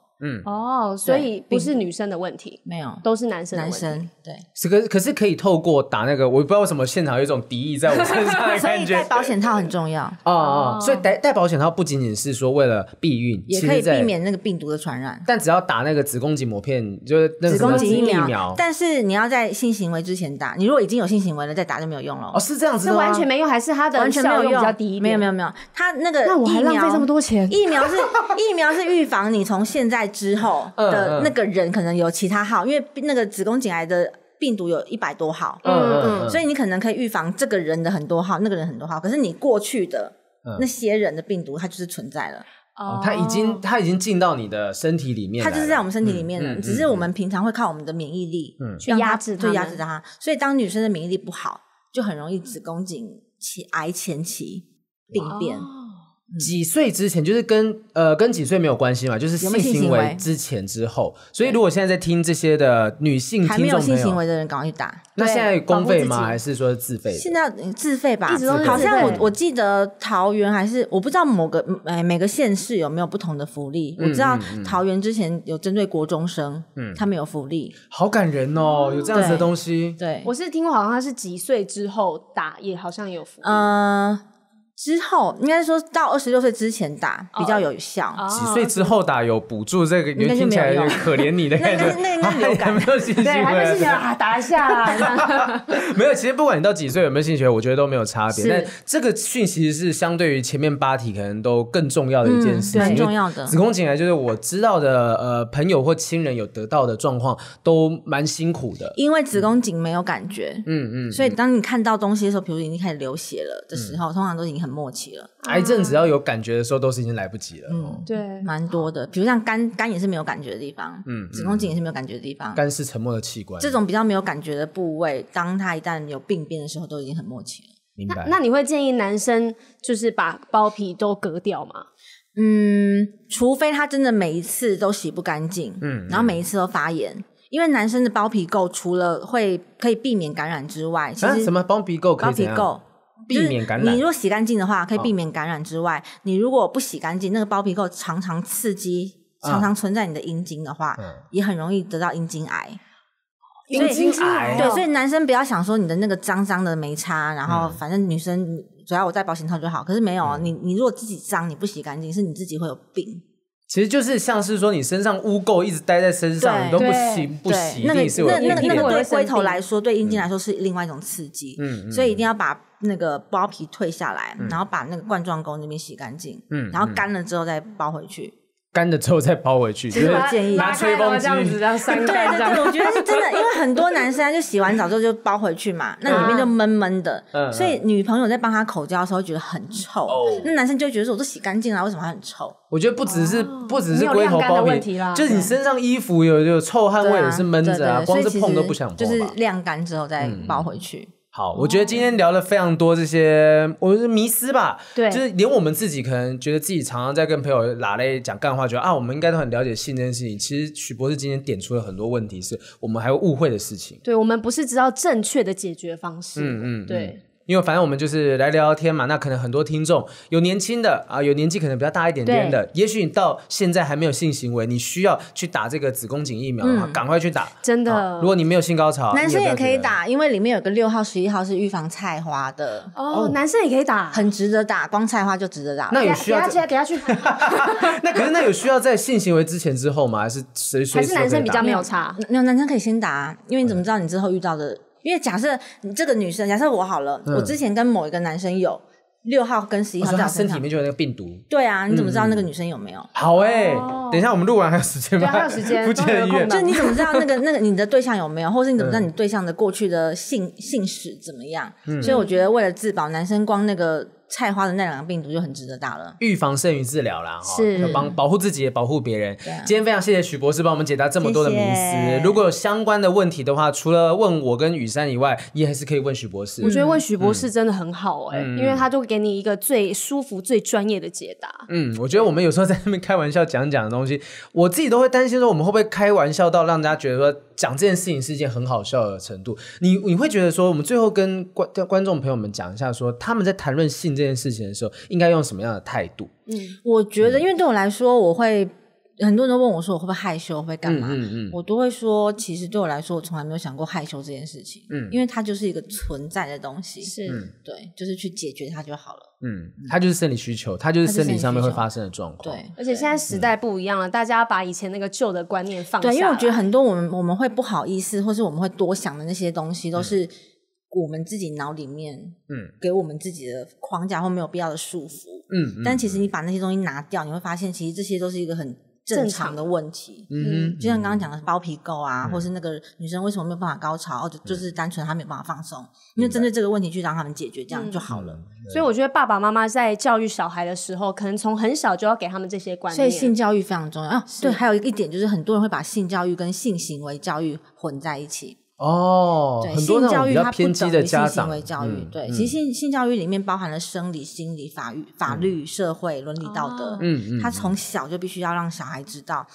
C: 哦，所以不是女生的问题，
A: 没有
C: 都是男生的
A: 男
C: 问题。
A: 生对，
B: 是可可是可以透过打那个，我不知道为什么现场有一种敌意在我身上 的
A: 所
B: 感
A: 以
B: 觉
A: 戴。保险套很重要，
B: 哦哦，所以戴戴保险套不仅仅是说为了避孕，
A: 也
B: 其
A: 可
B: 实
A: 以
B: 在
A: 避。免那个病毒的传染。
B: 但只要打那个子宫颈膜片，就是那个
A: 子宫颈
B: 什
A: 疫
B: 么疫
A: 苗，但是你要在性行为之前打。你如果已经有性行为了再打就没有用了，
B: 哦，是这样子
C: 这
B: 的吗
C: 完全没用，还是它的
A: 完全没
C: 效
A: 有
C: 用
A: 用，
C: 比较低一点？
A: 没有没有没有，它那个
C: 那我还
A: 疫
C: 浪
A: 苗
C: 费这么多钱
A: 疫苗是疫苗是预防你从现在之后
B: 嗯嗯
A: 的那个人可能有其他号，因为那个子宫颈癌的病毒有一百多号，
B: 嗯嗯嗯，
A: 所以你可能可以预防这个人的很多号，那个人很多号，可是你过去的。
B: 嗯
A: 那些人的病毒，它就是存在了，
C: 哦，
B: 它已经它已经进到你的身体里面
A: 它
B: 来了，嗯
A: 就是在我们身体里面的。只是我们平常会靠我们的免疫力
C: 去
A: 让它
C: 压制它
A: 对
C: 们，
A: 压制它。所以当女生的免疫力不好，就很容易子宫颈期癌前期病变。
B: 哦嗯几岁之前，就是跟呃跟几岁没有关系嘛，就是
A: 有
B: 性
A: 没有性
B: 行
A: 行
B: 为
A: 为
B: 之前之后。所以如果现在在听这些的女性
A: 还没
B: 听
A: 有
B: 众
A: 性
B: 朋
A: 行
B: 友，啊
A: 为的人赶快去打。
B: 那
C: 对
B: 现在有公费吗？
C: 保护自己
B: 还是说是自费的？
A: 现在嗯自费吧，
C: 一直都是
A: 好像
C: 自
A: 我
C: 费
A: 我记得桃园还是我不知道某个嗯哎每个县市有没有不同的福利。
B: 嗯
A: 我知道桃园之前有针对国中生，他们有福利，
B: 好感人哦，有这样子的
A: 对
B: 东西。
A: 对，
C: 我是听过，好像它是几岁之后打，也好像有服。
A: 嗯、之后应该说到二十六岁之前打比较有效。
B: 几岁之后打有补助这个，
A: 那哦就
B: 听
A: 没
B: 起来
A: 有
B: 有
A: 用
B: 点可怜你的感觉，
A: 那那那那流感
B: 还没有兴趣
C: 对，还没事情
B: 回
C: 啊，打一下啦。这样
B: 没有，其实不管你到几岁有没有性学，我觉得都没有差别。
C: 是
B: 但这个讯息是相对于前面八题可能都更重要的一件事情，
A: 嗯对
B: 因为
A: 重要的
B: 子宫颈癌就是我知道的，呃，朋友或亲人有得到的状况都蛮辛苦的。
A: 因为子宫颈没有感觉，
B: 嗯嗯，
A: 所以当你看到东西的时候，比如已经开始流血了的时候，通常都已经很末期了，
B: 癌症只要有感觉的时候，都是已经来不及了。哦
C: 对，
A: 蛮多的。比如像肝，肝也是没有感觉的地方，嗯，子宫颈也是没有感觉的地方。
B: 肝是沉默的器官，
A: 这种比较没有感觉的部位，当它一旦有病变的时候，都已经很末期了。
B: 明白。
C: 那你会建议男生就是把包皮都割掉吗？
A: 嗯，除非他真的每一次都洗不干净，嗯，然后每一次都发炎，因为男生的包皮垢除了会可以避免感染之外，其
B: 啊，
A: 实
B: 什么包皮垢可
A: 包
B: 以怎
A: 皮
B: 样？
A: 垢
B: 避免感
A: 就是
B: 染哦
A: 你如果洗干净的话，可以避免感染之外，你如果不洗干净，那个包皮垢常常刺激。
B: 啊
A: 常常存在你的阴茎的话，
B: 嗯
A: 也很容易得到阴茎癌。
B: 阴茎
C: 哎
B: 癌
C: 呀
A: 对，所以男生不要想说你的那个脏脏的没擦，然
B: 嗯
A: 后反正女生只要我戴保险套就好。可是没有，你你如果自己脏，你不洗干净，是你自己会有病。
B: 其实就是像是说你身上污垢一直待在身上，
A: 对
B: 你都不
C: 对
B: 洗不
A: 对，
B: 洗，一
A: 那个
B: 定是有
A: 那那个
B: 病嗯
A: 那
B: 变
A: 个
B: 的
A: 对
C: 会生
A: 龟头
C: 病
A: 来说，对阴茎来说是另外一种刺激，
B: 嗯嗯
A: 所以一定要把那个包皮退下来，然后把那个冠状沟那边洗干净，
B: 嗯
A: 然后干了之后再包回去。
B: 干了之后再包回去，就
A: 实
B: 是
A: 我建议
B: 拿吹风机
C: 这样子这样 扇
A: 对
C: 干
A: 对
C: 这样
A: 对，。我觉 得是真的，因为很多男生啊就洗完澡之后就包回去 嘛，那里面就闷闷的
B: 嗯，
A: 所以女朋友在帮他口交的时候会觉得很臭
B: 哦，
A: 那男生就会觉得说我都洗干净了，为什么还很臭？
B: 我觉得不只是、
A: 哦
B: 不只是
C: 没有
B: 龟头
C: 晾干的
B: 包
C: 问
B: 皮
C: 题啦，
B: 就是你身上衣服有有臭汗味
A: 对
B: 也
A: 啊
B: 是闷着啊，嗯
A: 对对对
B: 光
A: 所以
B: 是
A: 其
B: 碰都
A: 实
B: 不想碰吧。
A: 就是哦晾干之后再包回去。
B: 好，我觉得今天聊了非常多这些，我觉得迷思吧，
C: 对
B: 就是连我们自己可能觉得自己常常在跟朋友拉嘞讲干话，觉得啊，我们应该都很了解性这件事情。其实许博士今天点出了很多问题，是我们还会误会的事情。
C: 对，我们不是知道正确的解决方式。嗯嗯，对，
B: 因为反正我们就是来聊聊天嘛，那可能很多听众有年轻的啊，有年纪可能比较大一点点的，也许你到现在还没有性行为，你需要去打这个子宫颈疫苗，然后赶快去打。
C: 嗯真
B: 啊
C: 的
B: 如。果你没有性高潮，
A: 男生
B: 你
A: 也
B: 不啊要
A: 可以
B: 觉得。
A: 打，因为里面有个六号、十一号是预防菜花的，
C: 哦，男生也可以打，
A: 很值得打，光菜花就值得打。
B: 那
C: 给
B: 有
C: 他
B: 需要
C: 给他
B: 在
C: 去，给他 去，
B: 那可是那有需要在性行为之前之后吗？还是随随
C: 还
B: 时
C: 是
B: 都可以
C: 男生比
B: 打嗯
C: 较没有差。
A: 没有男生可以先打、啊，因为你怎么知道你之后遇到的？因为假设你这个女生，假设我好了，
B: 嗯
A: 我之前跟某一个男生有六号跟十一
B: 我
A: 号
B: 说
A: 在
B: 哦他
A: 我
B: 身
A: 身
B: 体嗯
A: 上
B: 里，面就有那个病毒。
A: 对啊，你怎么知道那个女生有没有？
B: 好哎、等一下我们录完还有时间吗？
C: 哦对还有时 间
B: 不见得
C: 终于有
B: 医院
C: 空档
A: 就你怎么知道那个那个你的对象有没有，或是你怎么
B: 嗯
A: 知道你对象的过去的性性史怎么样？所以我觉得为了自保，男生光那个菜花的那两个病毒就很值得打了。
B: 预防胜于治疗啦，哈，
C: 是
B: 就帮保护自己也保护别人
A: 啊。
B: 今天非常谢谢许博士帮我们解答这么多的迷
A: 谢
B: 思
A: 谢。
B: 如果有相关的问题的话，除了问我跟雨珊以外，也还是可以问许博士
C: 我。觉得问许博
B: 嗯
C: 士真的很好哎，因为他就给你一个最舒服、最专业的解答。
B: 嗯，我觉得我们有时候在那边开玩笑讲讲的东西，我自己都会担心说我们会不会开玩笑到让大家觉得说讲这件事情是一件很好笑的程度。你你会觉得说，我们最后跟观观众朋友们讲一下说他们在谈论性这件事情的时候，应该用什么样的态度？
C: 嗯
A: 我觉
B: 嗯
A: 得，因为对我来说，我会很多人都问我说我会不会害羞，会干嘛？
B: 嗯嗯
A: 我都会说，其实对我来说，我从来没有想过害羞这件事情，嗯，因为它就是一个存在的东西，
C: 是，
A: 对，就是去解决它就好了，
B: 嗯，它就是生理需求，它就是生理上面会发生的状况。
A: 对。
C: 而且现在
B: 嗯
C: 时代不一样了，大家把以前那个旧的观念
B: 哦
C: 放下。
A: 对，因为我觉得，很多我们我们会不好意思，或是我们会多想的那些东西，都是我们自己脑里面，
B: 嗯
A: 嗯，给我们自己的框架或没有必要的束缚。
B: 嗯，嗯
A: 但其实你把那些东西拿掉，你会发现，其实这些都是一个很正常的问题。
B: 嗯
A: 就像刚刚讲的包皮垢啊，或是那个女生为什么没有办法高潮，哦就
B: 嗯
A: 就是单纯她没有办法放松，因为针对这个问题去让他们解决，这样就好了。
C: 所以我觉得爸爸妈妈在教育小孩的时候，可能从很小就要给他们这些观
A: 所以
C: 念。
A: 性教育非常重要啊。对，还有一点就是很多人会把性教育跟性行为教育混在一起。
B: 哦，
A: 对，
B: 很多那
A: 性
B: 种
A: 教
B: 比
A: 育
B: 较
A: 它不
B: 偏激
A: 等
B: 的
A: 于性
B: 家
A: 行
B: 长
A: 为，教育
B: 嗯，
A: 对，其实性性教育里面包含了生理、心理、法律、法律、社会、伦理、道
C: 哦
A: 德，
B: 嗯嗯嗯
A: 他从小就必须要让小孩知道，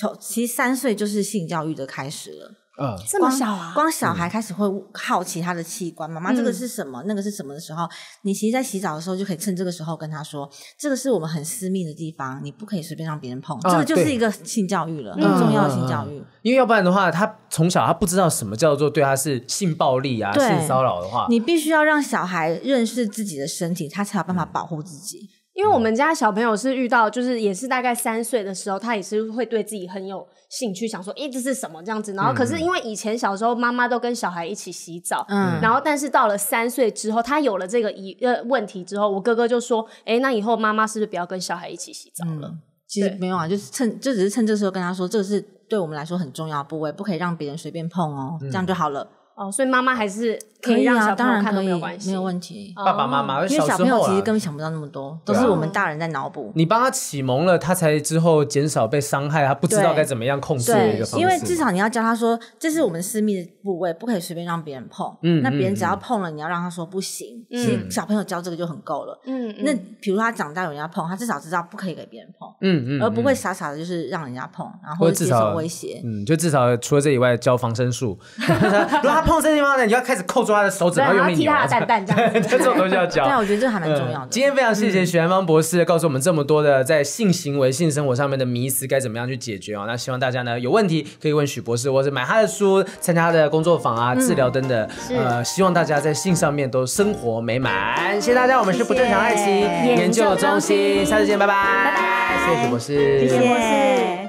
A: 从其实三岁就是性教育的开始了。
B: 嗯，
C: 这么小啊？嗯
A: 光小孩开始会好奇他的器官，妈妈这个是什么，那个是什么的时候，你其实，在洗澡的时候就可以趁这个时候跟他说，这个是我们很私密的地方，你不可以随便让别人碰。
B: 啊
A: 这个就是
B: 对
A: 一个性教育了，
C: 嗯
A: 很重要的性教育。
B: 因为要不然的话，他从小他不知道什么叫做对他是性暴力啊、
A: 对
B: 性骚扰的话，
A: 你必须要让小孩认识自己的身体，他才有办法保护自己。
C: 因为我们家小朋友是遇到，就是也是大概三岁的时候，他也是会对自己很有兴趣，想说，诶，这是什么这样子。然后，可是因为以前小时候妈妈都跟小孩一起洗澡，
A: 嗯
C: 然后但是到了三岁之后，他有了这个疑呃问题之后，我哥哥就说，诶，那以后妈妈是不是不要跟小孩一起洗澡
A: 嗯
C: 了？
A: 其实
C: 嗯对
A: 没有啊，就是趁就只是趁这时候跟他说，这个是对我们来说很重要的部位，不可以让别人随便碰哦，这样就好了。
C: 哦，所以妈妈还是嗯可以让
A: 啊，
C: 小
A: 当
C: 朋友
A: 然
C: 看
A: 可
C: 都
A: 以
C: 没有关，系，
A: 没有问题。
B: 爸爸妈妈
A: 因为
B: 小
A: 小
B: 时
A: 朋友
B: 候
A: 其实
B: 啊
A: 根，本想不到那么多，都
B: 对啊嗯
A: 是我们大人在脑补。
B: 你帮他启蒙了，他才之后减少被伤害，他不知道
A: 对
B: 该怎么样控制的一
A: 对
B: 个，方式。
A: 因为至少你要教他说，这是我们私密的部位，不可以随便让别人碰。
B: 嗯
A: 那别人
B: 嗯
A: 只要碰了，你要让他说不行。其实小朋友教这个就很够了。
C: 嗯，嗯
A: 那比如他长大有人家碰，他至少知道不可以给别人碰，
B: 嗯嗯，
A: 而不会傻傻的就是让人家碰，然后
B: 或
A: 或
B: 者
A: 者
B: 至
A: 接
B: 少
A: 受威胁。
B: 嗯，就至少除了这以外，教防身术。 如果他碰这地方呢，你要开始扣住他的手指，
C: 对，
B: 然后
C: 然
B: 用
C: 后
B: 力
C: 踢
B: 扭
C: 他
B: 啊。
C: 的蛋蛋这样子。
B: 这种东西要 教
A: 对。啊，我觉得这个还蛮重要的。嗯
B: 嗯今天非常谢谢许安芳博士告诉我们这么多的在性行为、性生活上面的迷思该怎么样去解决哦。那希望大家呢有问题可以问许博士，或是买他的书、参加他的工作坊啊、
A: 嗯
B: 治疗等等。呃，希望大家在性上面都生活美满。谢谢大家，我们是不正常爱情
C: 谢
B: 研究中心，下次见，拜拜。拜拜，谢谢许博士，
A: 谢谢
C: 博士